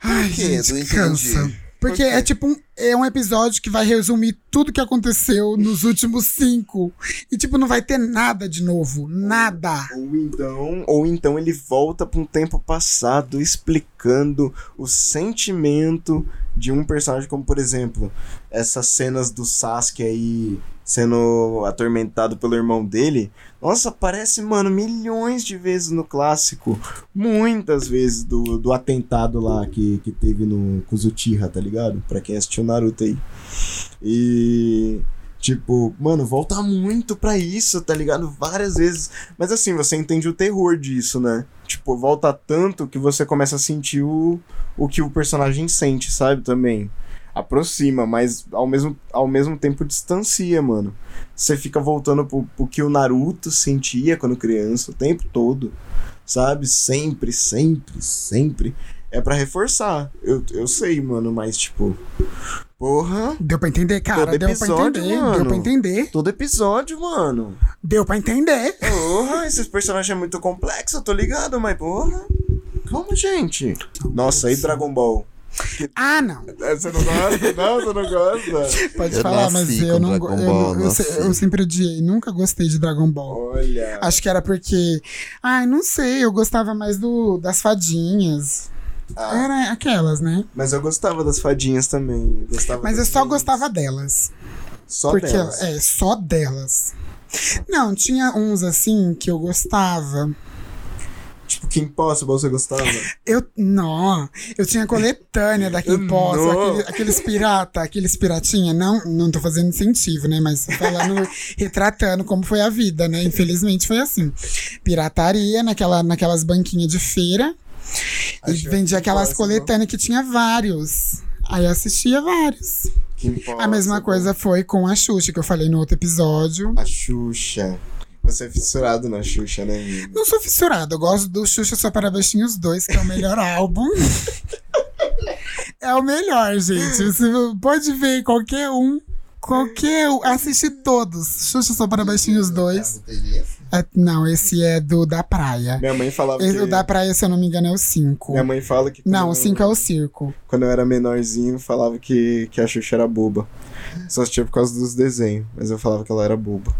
[SPEAKER 2] Ai,
[SPEAKER 1] quê? Não
[SPEAKER 2] gente,
[SPEAKER 1] entendi.
[SPEAKER 2] cansa. Porque é tipo um, é um episódio que vai resumir tudo que aconteceu nos últimos cinco. E, tipo, não vai ter nada de novo. Nada.
[SPEAKER 3] Ou então, ou então ele volta pra um tempo passado explicando o sentimento de um personagem, como por exemplo, essas cenas do Sasuke aí sendo atormentado pelo irmão dele. Nossa, aparece, mano, milhões de vezes no clássico. Muitas vezes do, do atentado lá que, que teve no Kuzuchiha, tá ligado? Pra quem assistiu Naruto aí. E. Tipo, mano, volta muito pra isso, tá ligado? Várias vezes. Mas assim, você entende o terror disso, né? Tipo, volta tanto que você começa a sentir o, o que o personagem sente, sabe? Também. Aproxima, mas ao mesmo, ao mesmo tempo distancia, mano. Você fica voltando pro, pro que o Naruto sentia quando criança o tempo todo, sabe? Sempre, sempre, sempre. É pra reforçar. Eu, eu sei, mano, mas tipo. Porra!
[SPEAKER 2] Deu pra entender, cara.
[SPEAKER 3] Todo
[SPEAKER 2] deu pra
[SPEAKER 3] episódio,
[SPEAKER 2] entender. Deu
[SPEAKER 3] mano.
[SPEAKER 2] pra entender.
[SPEAKER 3] Todo episódio, mano.
[SPEAKER 2] Deu pra entender.
[SPEAKER 3] Porra, esses personagens é muito complexo, eu tô ligado, mas porra. Como, gente? Nossa, e Dragon Ball?
[SPEAKER 2] Ah, não.
[SPEAKER 3] É, Você não gosta? Não, você não gosta?
[SPEAKER 2] Pode
[SPEAKER 1] Eu
[SPEAKER 2] falar,
[SPEAKER 1] nasci
[SPEAKER 2] mas
[SPEAKER 1] com
[SPEAKER 2] eu não. go-
[SPEAKER 1] Dragon
[SPEAKER 2] Eu, não-
[SPEAKER 1] Ball,
[SPEAKER 2] eu se-
[SPEAKER 1] nasci.
[SPEAKER 2] eu sempre odiei. Nunca gostei de Dragon Ball.
[SPEAKER 3] Olha.
[SPEAKER 2] Acho que era porque. Ai, não sei, eu gostava mais do das fadinhas.
[SPEAKER 3] Ah.
[SPEAKER 2] Era aquelas, né?
[SPEAKER 3] Mas eu gostava das fadinhas também. eu gostava
[SPEAKER 2] Mas eu
[SPEAKER 3] das
[SPEAKER 2] só
[SPEAKER 3] fadinhas.
[SPEAKER 2] gostava delas.
[SPEAKER 3] Só
[SPEAKER 2] porque
[SPEAKER 3] delas.
[SPEAKER 2] é só delas. Não, tinha uns assim que eu gostava.
[SPEAKER 3] Tipo, Kim Possible você gostava?
[SPEAKER 2] Eu. Não, eu tinha coletânea da Kim Possible,
[SPEAKER 3] Não.
[SPEAKER 2] aquele- aqueles pirata, aqueles piratinha. Não, não tô fazendo incentivo, né? Mas falando, retratando como foi a vida, né? Infelizmente foi assim. Pirataria naquela, naquelas banquinhas de feira. E
[SPEAKER 3] Achei
[SPEAKER 2] vendia aquelas
[SPEAKER 3] Possible.
[SPEAKER 2] coletâneas que tinha vários. Aí eu assistia vários.
[SPEAKER 3] Kim
[SPEAKER 2] [laughs]
[SPEAKER 3] Possible.
[SPEAKER 2] A mesma coisa foi com a Xuxa, que eu falei no outro episódio.
[SPEAKER 3] A Xuxa. Você é fissurado na Xuxa, né, amigo?
[SPEAKER 2] Não sou fissurado, eu gosto do Xuxa Só para Baixinhos 2, que é o melhor álbum. É o melhor, gente. Você pode ver qualquer um. Qualquer um. Assisti todos. Xuxa Só para Baixinhos 2. É, não, esse é do da praia.
[SPEAKER 3] Minha mãe falava
[SPEAKER 2] Esse,
[SPEAKER 3] que...
[SPEAKER 2] o da praia, se eu não me engano, é o 5.
[SPEAKER 3] Minha mãe fala que...
[SPEAKER 2] Não,
[SPEAKER 3] quando-
[SPEAKER 2] o 5 é o circo.
[SPEAKER 3] Quando eu era menorzinho, falava que, que a Xuxa era boba. Só assistia por causa dos desenhos, mas eu falava que ela era boba.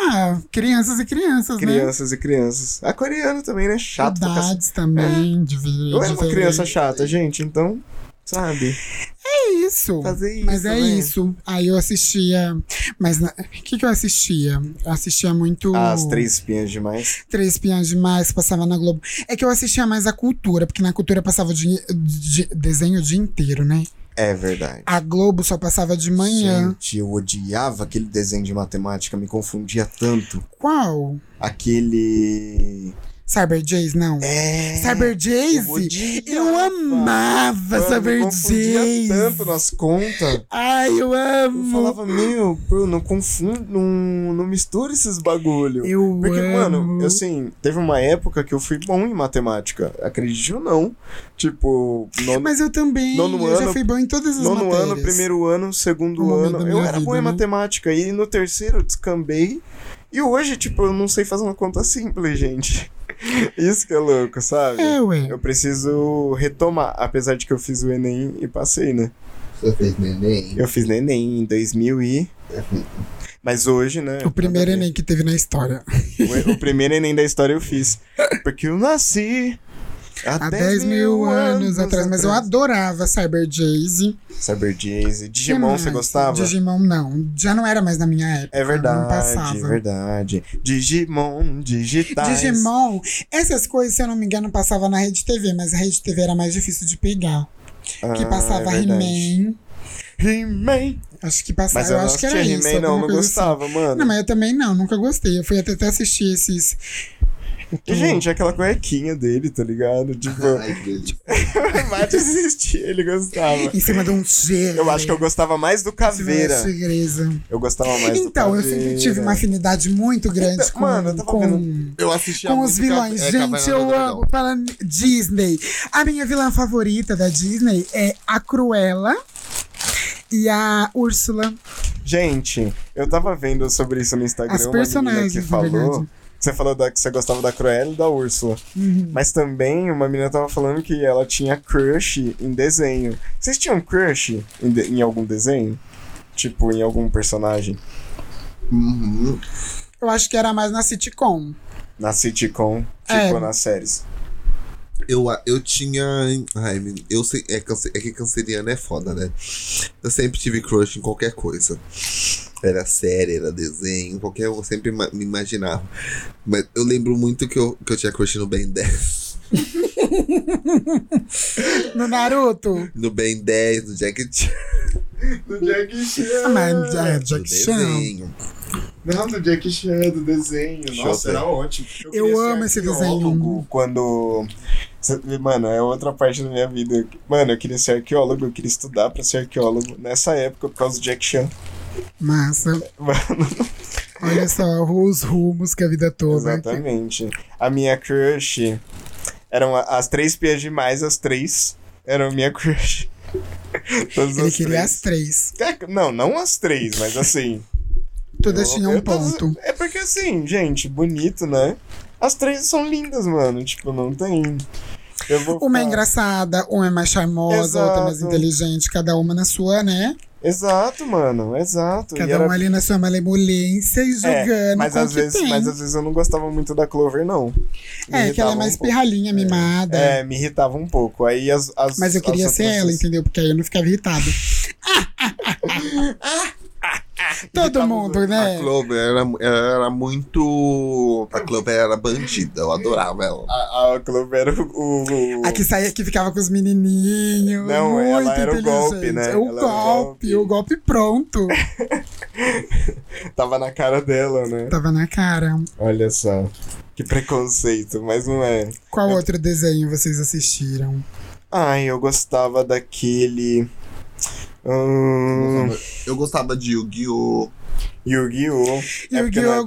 [SPEAKER 2] Ah, crianças e crianças, né?
[SPEAKER 3] Crianças e crianças. Aquariano também, né? Chato pra cacete. É?
[SPEAKER 2] Saudades também, de ver.
[SPEAKER 3] Eu era
[SPEAKER 2] de
[SPEAKER 3] uma
[SPEAKER 2] ver.
[SPEAKER 3] criança chata, gente, então. Sabe?
[SPEAKER 2] É é isso.
[SPEAKER 1] Fazer isso.
[SPEAKER 2] Mas é
[SPEAKER 1] né?
[SPEAKER 2] isso. Aí eu assistia. Mas na- o que, que eu assistia? Eu assistia muito.
[SPEAKER 3] As três espinhas demais.
[SPEAKER 2] Três Espiãs Demais que passava na Globo. É que eu assistia mais a cultura, porque na cultura passava o dinhe- de- desenho o dia inteiro, né?
[SPEAKER 3] É verdade.
[SPEAKER 2] A Globo só passava de manhã.
[SPEAKER 3] Gente, eu odiava aquele desenho de matemática, me confundia tanto.
[SPEAKER 2] Qual?
[SPEAKER 3] Aquele.
[SPEAKER 2] Cyber Jays, não.
[SPEAKER 3] É.
[SPEAKER 2] Cyber Jays?
[SPEAKER 3] eu odiava.
[SPEAKER 2] Eu amava
[SPEAKER 3] Mano, me
[SPEAKER 2] Cyber
[SPEAKER 3] confundia
[SPEAKER 2] Jays.
[SPEAKER 3] tanto nas contas.
[SPEAKER 2] Ai, eu
[SPEAKER 3] Eu
[SPEAKER 2] amo.
[SPEAKER 3] falava, meu, Bruno, não confunda, não, não mistura esses bagulho.
[SPEAKER 2] Eu
[SPEAKER 3] Porque,
[SPEAKER 2] amo.
[SPEAKER 3] mano, assim, teve uma época que eu fui bom em matemática. Acredite ou não. Tipo, nono,
[SPEAKER 2] Mas eu também.
[SPEAKER 3] Nono
[SPEAKER 2] eu já
[SPEAKER 3] ano-
[SPEAKER 2] fui bom em todas as
[SPEAKER 3] nono
[SPEAKER 2] matérias.
[SPEAKER 3] ano, primeiro ano, segundo
[SPEAKER 2] Um momento da
[SPEAKER 3] ano. Eu
[SPEAKER 2] minha
[SPEAKER 3] era
[SPEAKER 2] vida,
[SPEAKER 3] bom em
[SPEAKER 2] né?
[SPEAKER 3] matemática. E no terceiro eu descambei. E hoje, tipo, eu não sei fazer uma conta simples, gente. [laughs] Isso que é louco, sabe?
[SPEAKER 2] É, ué.
[SPEAKER 3] Eu preciso retomar, apesar de que eu fiz o Enem e passei, né?
[SPEAKER 1] Você fez neném?
[SPEAKER 3] Eu fiz no Enem em 2000 e... Mas hoje, né?
[SPEAKER 2] O primeiro
[SPEAKER 3] nada
[SPEAKER 2] Enem que teve na história.
[SPEAKER 3] a ver. O, o primeiro Enem da história eu fiz. Porque eu nasci há,
[SPEAKER 2] Há 10 mil anos atrás. Mas eu adorava Cyber Jays.
[SPEAKER 3] Saber Jays. e Digimon, você gostava?
[SPEAKER 2] Digimon não. Já não era mais na minha época.
[SPEAKER 3] É
[SPEAKER 2] Ah, Não
[SPEAKER 3] verdade,
[SPEAKER 2] passava.
[SPEAKER 3] verdade. Digimon, digitais.
[SPEAKER 2] Digimon, essas coisas, se eu não me engano, passava na Rede TV, mas a Rede TV era mais difícil de pegar.
[SPEAKER 3] Ah,
[SPEAKER 2] que passava
[SPEAKER 3] é verdade.
[SPEAKER 2] He-Man.
[SPEAKER 3] He-Man.
[SPEAKER 2] Acho que passava,
[SPEAKER 3] Mas eu, não
[SPEAKER 2] acho que era
[SPEAKER 3] assistia
[SPEAKER 2] isso.
[SPEAKER 3] He-Man, não.
[SPEAKER 2] alguma
[SPEAKER 3] Não
[SPEAKER 2] coisa assim.
[SPEAKER 3] gostava, né? mano.
[SPEAKER 2] Não, mas eu também não, nunca gostei. Eu fui até, até assistir esses.
[SPEAKER 3] E, gente, aquela cuequinha dele, tá ligado? Tipo,
[SPEAKER 1] Ai, que delícia.
[SPEAKER 3] [laughs] Mate existia, ele gostava.
[SPEAKER 2] Em cima de um G.
[SPEAKER 3] Eu acho que eu gostava mais do Caveira. Eu gostava mais do
[SPEAKER 2] é Então, eu
[SPEAKER 3] Caveira.
[SPEAKER 2] sempre tive uma afinidade muito grande
[SPEAKER 3] é. Então,
[SPEAKER 2] com,
[SPEAKER 3] mano, eu tava
[SPEAKER 2] com-
[SPEAKER 3] vendo-
[SPEAKER 1] Eu assisti a
[SPEAKER 2] com os
[SPEAKER 1] música,
[SPEAKER 2] vilões.
[SPEAKER 1] é,
[SPEAKER 2] Gente,
[SPEAKER 1] Caverna do
[SPEAKER 2] eu
[SPEAKER 1] Dragão.
[SPEAKER 2] amo. Falando Disney. A minha vilã favorita da Disney é a Cruella e a Úrsula.
[SPEAKER 3] Gente, eu tava vendo sobre isso no Instagram.
[SPEAKER 2] As
[SPEAKER 3] uma menina
[SPEAKER 2] personagens,
[SPEAKER 3] que
[SPEAKER 2] na
[SPEAKER 3] falou.
[SPEAKER 2] verdade. Uhum.
[SPEAKER 3] Você falou da, que você gostava da Cruella e da Úrsula. Mas também uma menina tava falando que ela tinha crush em desenho. Vocês tinham crush em, de- em algum desenho? Tipo, em algum personagem?
[SPEAKER 1] Uhum.
[SPEAKER 2] Eu acho que era mais na sitcom.
[SPEAKER 3] Na sitcom,
[SPEAKER 2] É.
[SPEAKER 3] tipo, nas séries.
[SPEAKER 1] Eu, a- eu tinha. Ai, men- eu sei, é, cance- é que canceriano é foda, né? Eu sempre tive crush em qualquer coisa. Era série, era desenho, qualquer. Eu sempre ma- me imaginava. Mas eu lembro muito que eu, que eu tinha crush no Ben 10.
[SPEAKER 2] No Naruto.
[SPEAKER 1] No Ben 10, no Jack Chan.
[SPEAKER 3] Do Jack
[SPEAKER 2] Ah,
[SPEAKER 3] Chan.
[SPEAKER 2] mas é
[SPEAKER 1] no
[SPEAKER 2] Jack Chan.
[SPEAKER 1] desenho.
[SPEAKER 3] Não, do Jack Chan, do desenho.
[SPEAKER 1] Deixa
[SPEAKER 3] Nossa,
[SPEAKER 1] eu ver.
[SPEAKER 3] era ótimo.
[SPEAKER 2] Eu
[SPEAKER 3] queria ser
[SPEAKER 2] amo esse
[SPEAKER 3] arqueólogo
[SPEAKER 2] desenho.
[SPEAKER 3] Quando. Cê- Mano, é outra parte da minha vida. Mano, eu queria ser arqueólogo, eu queria estudar pra ser arqueólogo nessa época por causa do Jack Chan. [laughs]
[SPEAKER 2] Massa.
[SPEAKER 3] Mano,
[SPEAKER 2] Olha só, os rumos que a vida toda.
[SPEAKER 3] exatamente. A minha crush eram a- as três pias demais, as três eram a minha [laughs] crush. Todas
[SPEAKER 2] Ele
[SPEAKER 3] as
[SPEAKER 2] queria
[SPEAKER 3] três.
[SPEAKER 2] as três.
[SPEAKER 3] É, Não, não as três, mas assim.
[SPEAKER 2] Todas
[SPEAKER 3] Eu-
[SPEAKER 2] tinham um
[SPEAKER 3] eu tô-
[SPEAKER 2] ponto.
[SPEAKER 3] É porque assim, gente, bonito, né? As três são lindas, mano. Tipo, não tem. Eu vou
[SPEAKER 2] Uma é
[SPEAKER 3] falar-
[SPEAKER 2] engraçada, uma é mais charmosa, outra mais
[SPEAKER 3] tá. Exato.
[SPEAKER 2] né? um é
[SPEAKER 3] é,
[SPEAKER 2] É,
[SPEAKER 3] um é,
[SPEAKER 2] então. né? É.
[SPEAKER 3] né? é. hum,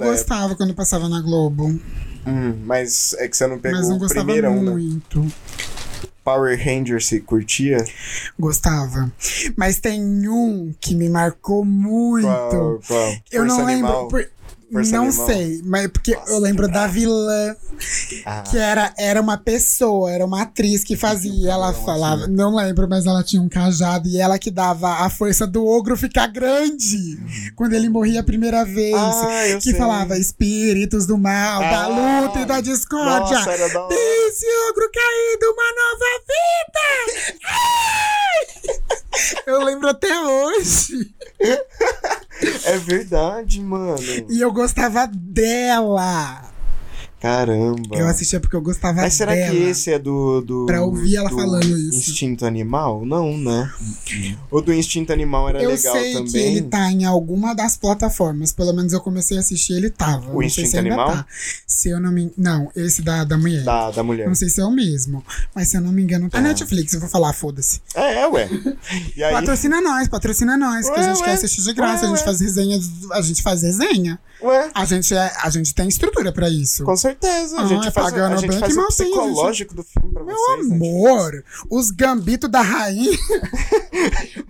[SPEAKER 2] Hum. um Então, um
[SPEAKER 3] É é né? Ah, É verdade, mano.
[SPEAKER 2] E eu gostava dela.
[SPEAKER 3] Caramba.
[SPEAKER 2] Eu assistia porque eu gostava
[SPEAKER 3] Mas será
[SPEAKER 2] dela.
[SPEAKER 3] que esse é do. do
[SPEAKER 2] Pra ouvir ela
[SPEAKER 3] do
[SPEAKER 2] falando isso. Hum.
[SPEAKER 3] Instinto animal? Não, né? Ou do instinto animal era
[SPEAKER 2] eu
[SPEAKER 3] é legal
[SPEAKER 2] sei
[SPEAKER 3] também.
[SPEAKER 2] que ele tá em alguma das plataformas. Pelo menos eu comecei a assistir, ele tava.
[SPEAKER 3] O
[SPEAKER 2] Não sei
[SPEAKER 3] Instinto
[SPEAKER 2] se ainda
[SPEAKER 3] Animal?
[SPEAKER 2] Tá. Se eu não me. Não, esse da, da mulher.
[SPEAKER 3] Da, da mulher.
[SPEAKER 2] Não sei se é o mesmo. Mas se eu não me engano, tá na Netflix. Eu vou falar, foda-se.
[SPEAKER 3] É, é, ué. E aí.
[SPEAKER 2] Patrocina nós, patrocina nós, que a
[SPEAKER 3] Ué,
[SPEAKER 2] gente
[SPEAKER 3] ué.
[SPEAKER 2] quer assistir de graça,
[SPEAKER 3] Ué,
[SPEAKER 2] a gente
[SPEAKER 3] ué.
[SPEAKER 2] faz resenha, a gente faz resenha.
[SPEAKER 3] Ué.
[SPEAKER 2] A gente, é, a gente tem estrutura pra isso.
[SPEAKER 3] Com certeza. A
[SPEAKER 2] Ah,
[SPEAKER 3] gente
[SPEAKER 2] é
[SPEAKER 3] faz, um-
[SPEAKER 2] pagando
[SPEAKER 3] a gente
[SPEAKER 2] bem
[SPEAKER 3] faz
[SPEAKER 2] que
[SPEAKER 3] o
[SPEAKER 2] mal tem, gente.
[SPEAKER 3] psicológico do filme pra vocês. né?
[SPEAKER 2] Amor, os gambitos da
[SPEAKER 3] [laughs]
[SPEAKER 2] rainha.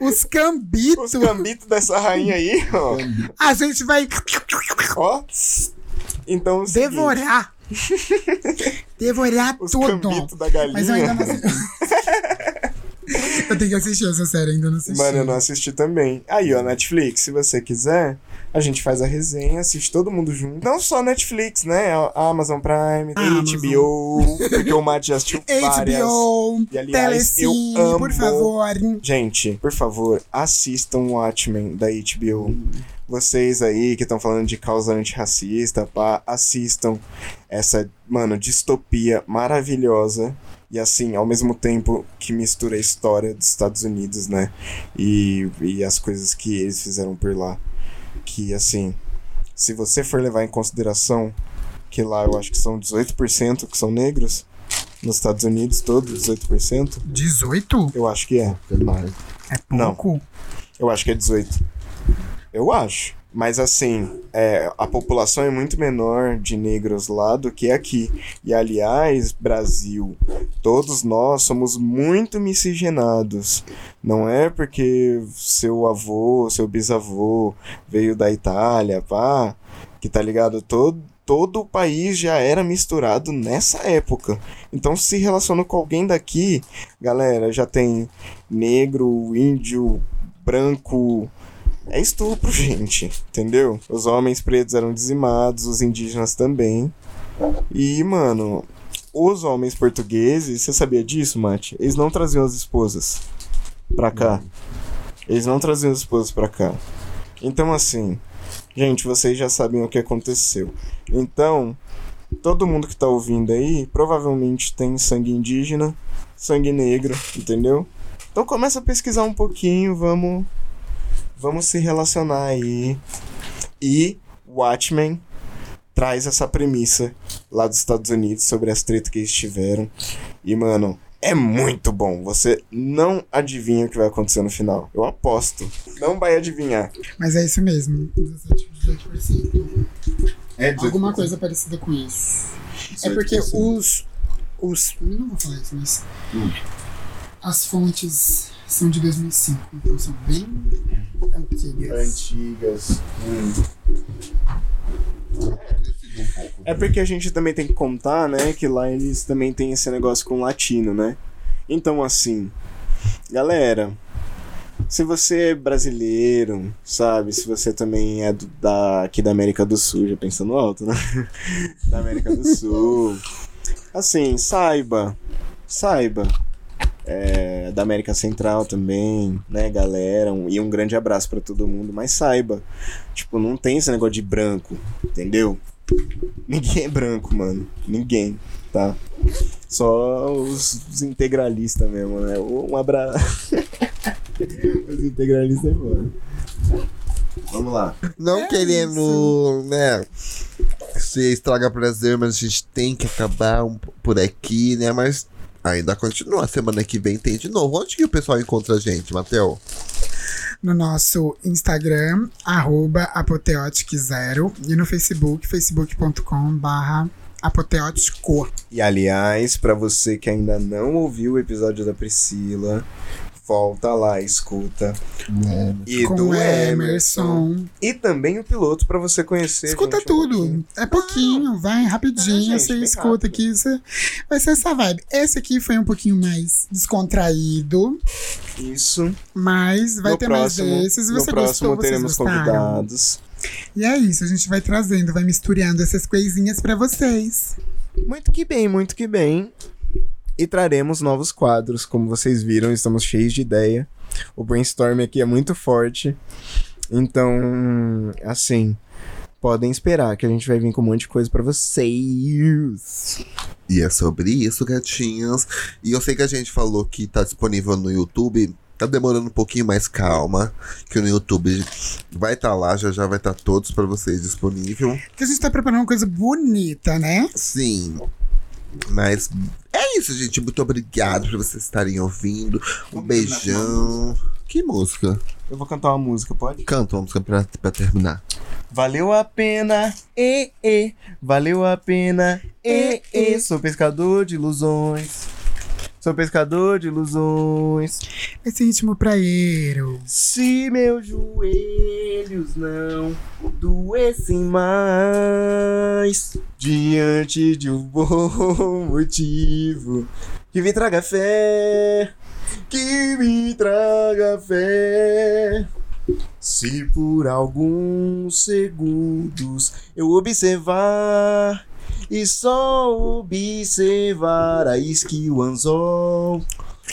[SPEAKER 2] os gambitos.
[SPEAKER 3] Os gambitos dessa rainha aí, ó.
[SPEAKER 2] A gente vai
[SPEAKER 3] ó. Então, é o seguinte,
[SPEAKER 2] devorar. devorar
[SPEAKER 3] os
[SPEAKER 2] tudo.
[SPEAKER 3] gambitos da galinha.
[SPEAKER 2] Mas eu ainda não assisti. eu tenho que assistir essa série, ainda não assisti.
[SPEAKER 3] Mano, eu não assisti também. Aí, ó, Netflix, se você quiser, a gente faz a resenha, assiste todo mundo junto. Não só Netflix, né? A Amazon Prime,
[SPEAKER 2] Amazon.
[SPEAKER 3] HBO, porque o Matt
[SPEAKER 2] [laughs]
[SPEAKER 3] já assistiu várias.
[SPEAKER 2] HBO,
[SPEAKER 3] E, aliás, eu
[SPEAKER 2] Telecine,
[SPEAKER 3] amo-
[SPEAKER 2] por favor.
[SPEAKER 3] Gente, por favor, assistam Watchmen da HBO. Vocês aí que estão falando de causa antirracista, pá, assistam essa, mano, distopia maravilhosa. E assim, ao mesmo tempo que mistura a história dos Estados Unidos, né? E, e as coisas que eles fizeram por lá. Que assim, se você for levar em consideração que lá eu acho que são 18% que são negros, nos Estados Unidos todos, 18%,
[SPEAKER 2] 18?
[SPEAKER 3] eu acho que é.
[SPEAKER 1] Demais.
[SPEAKER 2] É
[SPEAKER 3] Não.
[SPEAKER 2] pouco?
[SPEAKER 3] Eu acho que é 18. Eu acho. Mas assim, é, a população é muito menor de negros lá do que aqui. E aliás, Brasil, todos nós somos muito miscigenados. Não é porque seu avô, seu bisavô veio da Itália, pá, que tá ligado? Todo, todo o país já era misturado nessa época. Então, se relaciona com alguém daqui, galera, já tem negro, índio, branco. É estupro, [laughs] gente, entendeu? Os homens pretos eram dizimados, os indígenas também. E, mano, os homens portugueses, você sabia disso, Mate? Eles não traziam as esposas pra cá. Eles não traziam as esposas pra cá. Então, assim, gente, vocês já sabem o que aconteceu. Então, todo mundo que tá ouvindo aí provavelmente tem sangue indígena, sangue negro, entendeu? Então começa a pesquisar um pouquinho, vamos vamos se relacionar aí. E Watchmen traz essa premissa lá dos Estados Unidos sobre as tretas que eles tiveram. E mano, é muito bom. Você não adivinha o que vai acontecer no final. Eu aposto. Não vai adivinhar.
[SPEAKER 2] Mas é isso mesmo. 17, 18%.
[SPEAKER 3] É
[SPEAKER 2] Alguma coisa parecida com isso. É porque os. os não vou falar isso, mas.
[SPEAKER 3] Hum.
[SPEAKER 2] As fontes são de 2005, então são bem antigas.
[SPEAKER 3] antigas.
[SPEAKER 1] Um pouco.
[SPEAKER 3] É porque a gente também tem que contar, né, que lá eles também tem esse negócio com latino, né? Então, assim, galera, se você é brasileiro, sabe? Se você também é do- da, aqui da América do Sul, já pensando alto, né? [laughs] Da América do Sul. Assim, saiba, saiba. É, da América Central também, né, galera? Um- e um grande abraço pra todo mundo, mas saiba, tipo, não tem esse negócio de branco, entendeu? Ninguém é branco, mano. Ninguém, tá? Só os, os integralistas mesmo, né? Um abraço. [laughs] os integralistas é foda. Vamos lá.
[SPEAKER 1] Não
[SPEAKER 2] É
[SPEAKER 1] querendo, né? Se estraga prazer, mas a gente tem que acabar um p- por aqui, né? Mas ainda continua. Semana que vem tem de novo. Onde que o pessoal encontra a gente, Matheus?
[SPEAKER 2] No nosso Instagram, arroba apoteotic0 e no Facebook, facebook.com/barra apoteótico.
[SPEAKER 3] E aliás, pra você que ainda não ouviu o episódio da Priscila, volta lá, escuta. E
[SPEAKER 2] Com
[SPEAKER 3] do Emerson.
[SPEAKER 2] Emerson.
[SPEAKER 3] E também o piloto pra você conhecer.
[SPEAKER 2] Escuta
[SPEAKER 3] gente, um
[SPEAKER 2] tudo.
[SPEAKER 3] pouquinho.
[SPEAKER 2] É pouquinho, vai rapidinho.
[SPEAKER 3] Ah, gente,
[SPEAKER 2] você
[SPEAKER 3] bem
[SPEAKER 2] escuta
[SPEAKER 3] rápido.
[SPEAKER 2] aqui, você... vai ser essa vibe. Esse aqui foi um pouquinho mais descontraído,
[SPEAKER 3] Isso.
[SPEAKER 2] mas vai
[SPEAKER 3] no
[SPEAKER 2] ter
[SPEAKER 3] próximo,
[SPEAKER 2] mais desses. Se
[SPEAKER 3] no
[SPEAKER 2] você
[SPEAKER 3] próximo
[SPEAKER 2] gostou, vocês
[SPEAKER 3] teremos
[SPEAKER 2] gostaram.
[SPEAKER 3] convidados.
[SPEAKER 2] E é isso, a gente vai trazendo, vai misturando essas coisinhas pra vocês.
[SPEAKER 3] Muito que bem, muito que bem. E traremos novos quadros, como vocês viram, estamos cheios de ideia. O brainstorm aqui é muito forte.
[SPEAKER 4] Então, assim, podem esperar que a gente vai vir com um monte de coisa pra vocês.
[SPEAKER 1] E é sobre isso, gatinhas. E eu sei que a gente falou que tá disponível no YouTube. Tá demorando um pouquinho mais calma. Que no YouTube vai estar lá, já já vai estar todos pra vocês disponível.
[SPEAKER 2] Porque a gente tá preparando uma coisa bonita, né?
[SPEAKER 1] Sim. Mas é isso, gente. Muito obrigado por vocês estarem ouvindo. Um beijão. Que música?
[SPEAKER 3] Eu vou cantar uma música, pode?
[SPEAKER 1] Canta uma música pra, pra terminar.
[SPEAKER 3] Valeu a pena, e e, valeu a pena, e e. Sou pescador de ilusões. Sou pescador de ilusões.
[SPEAKER 2] Esse ritmo praeiro.
[SPEAKER 3] Se meus joelhos não doessem mais diante de um bom motivo que me traga fé, que me traga fé. Se por alguns segundos eu observar e só observar a isque o anzol,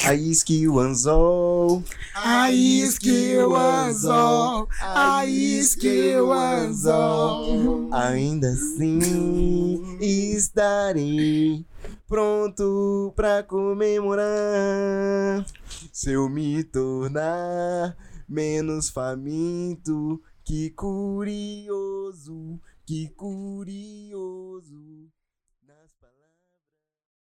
[SPEAKER 3] a isque o anzol,
[SPEAKER 2] A isque o anzol, a isque o anzol.
[SPEAKER 3] Ainda assim estarei pronto pra comemorar se eu me tornar menos faminto. Que curioso, que curioso.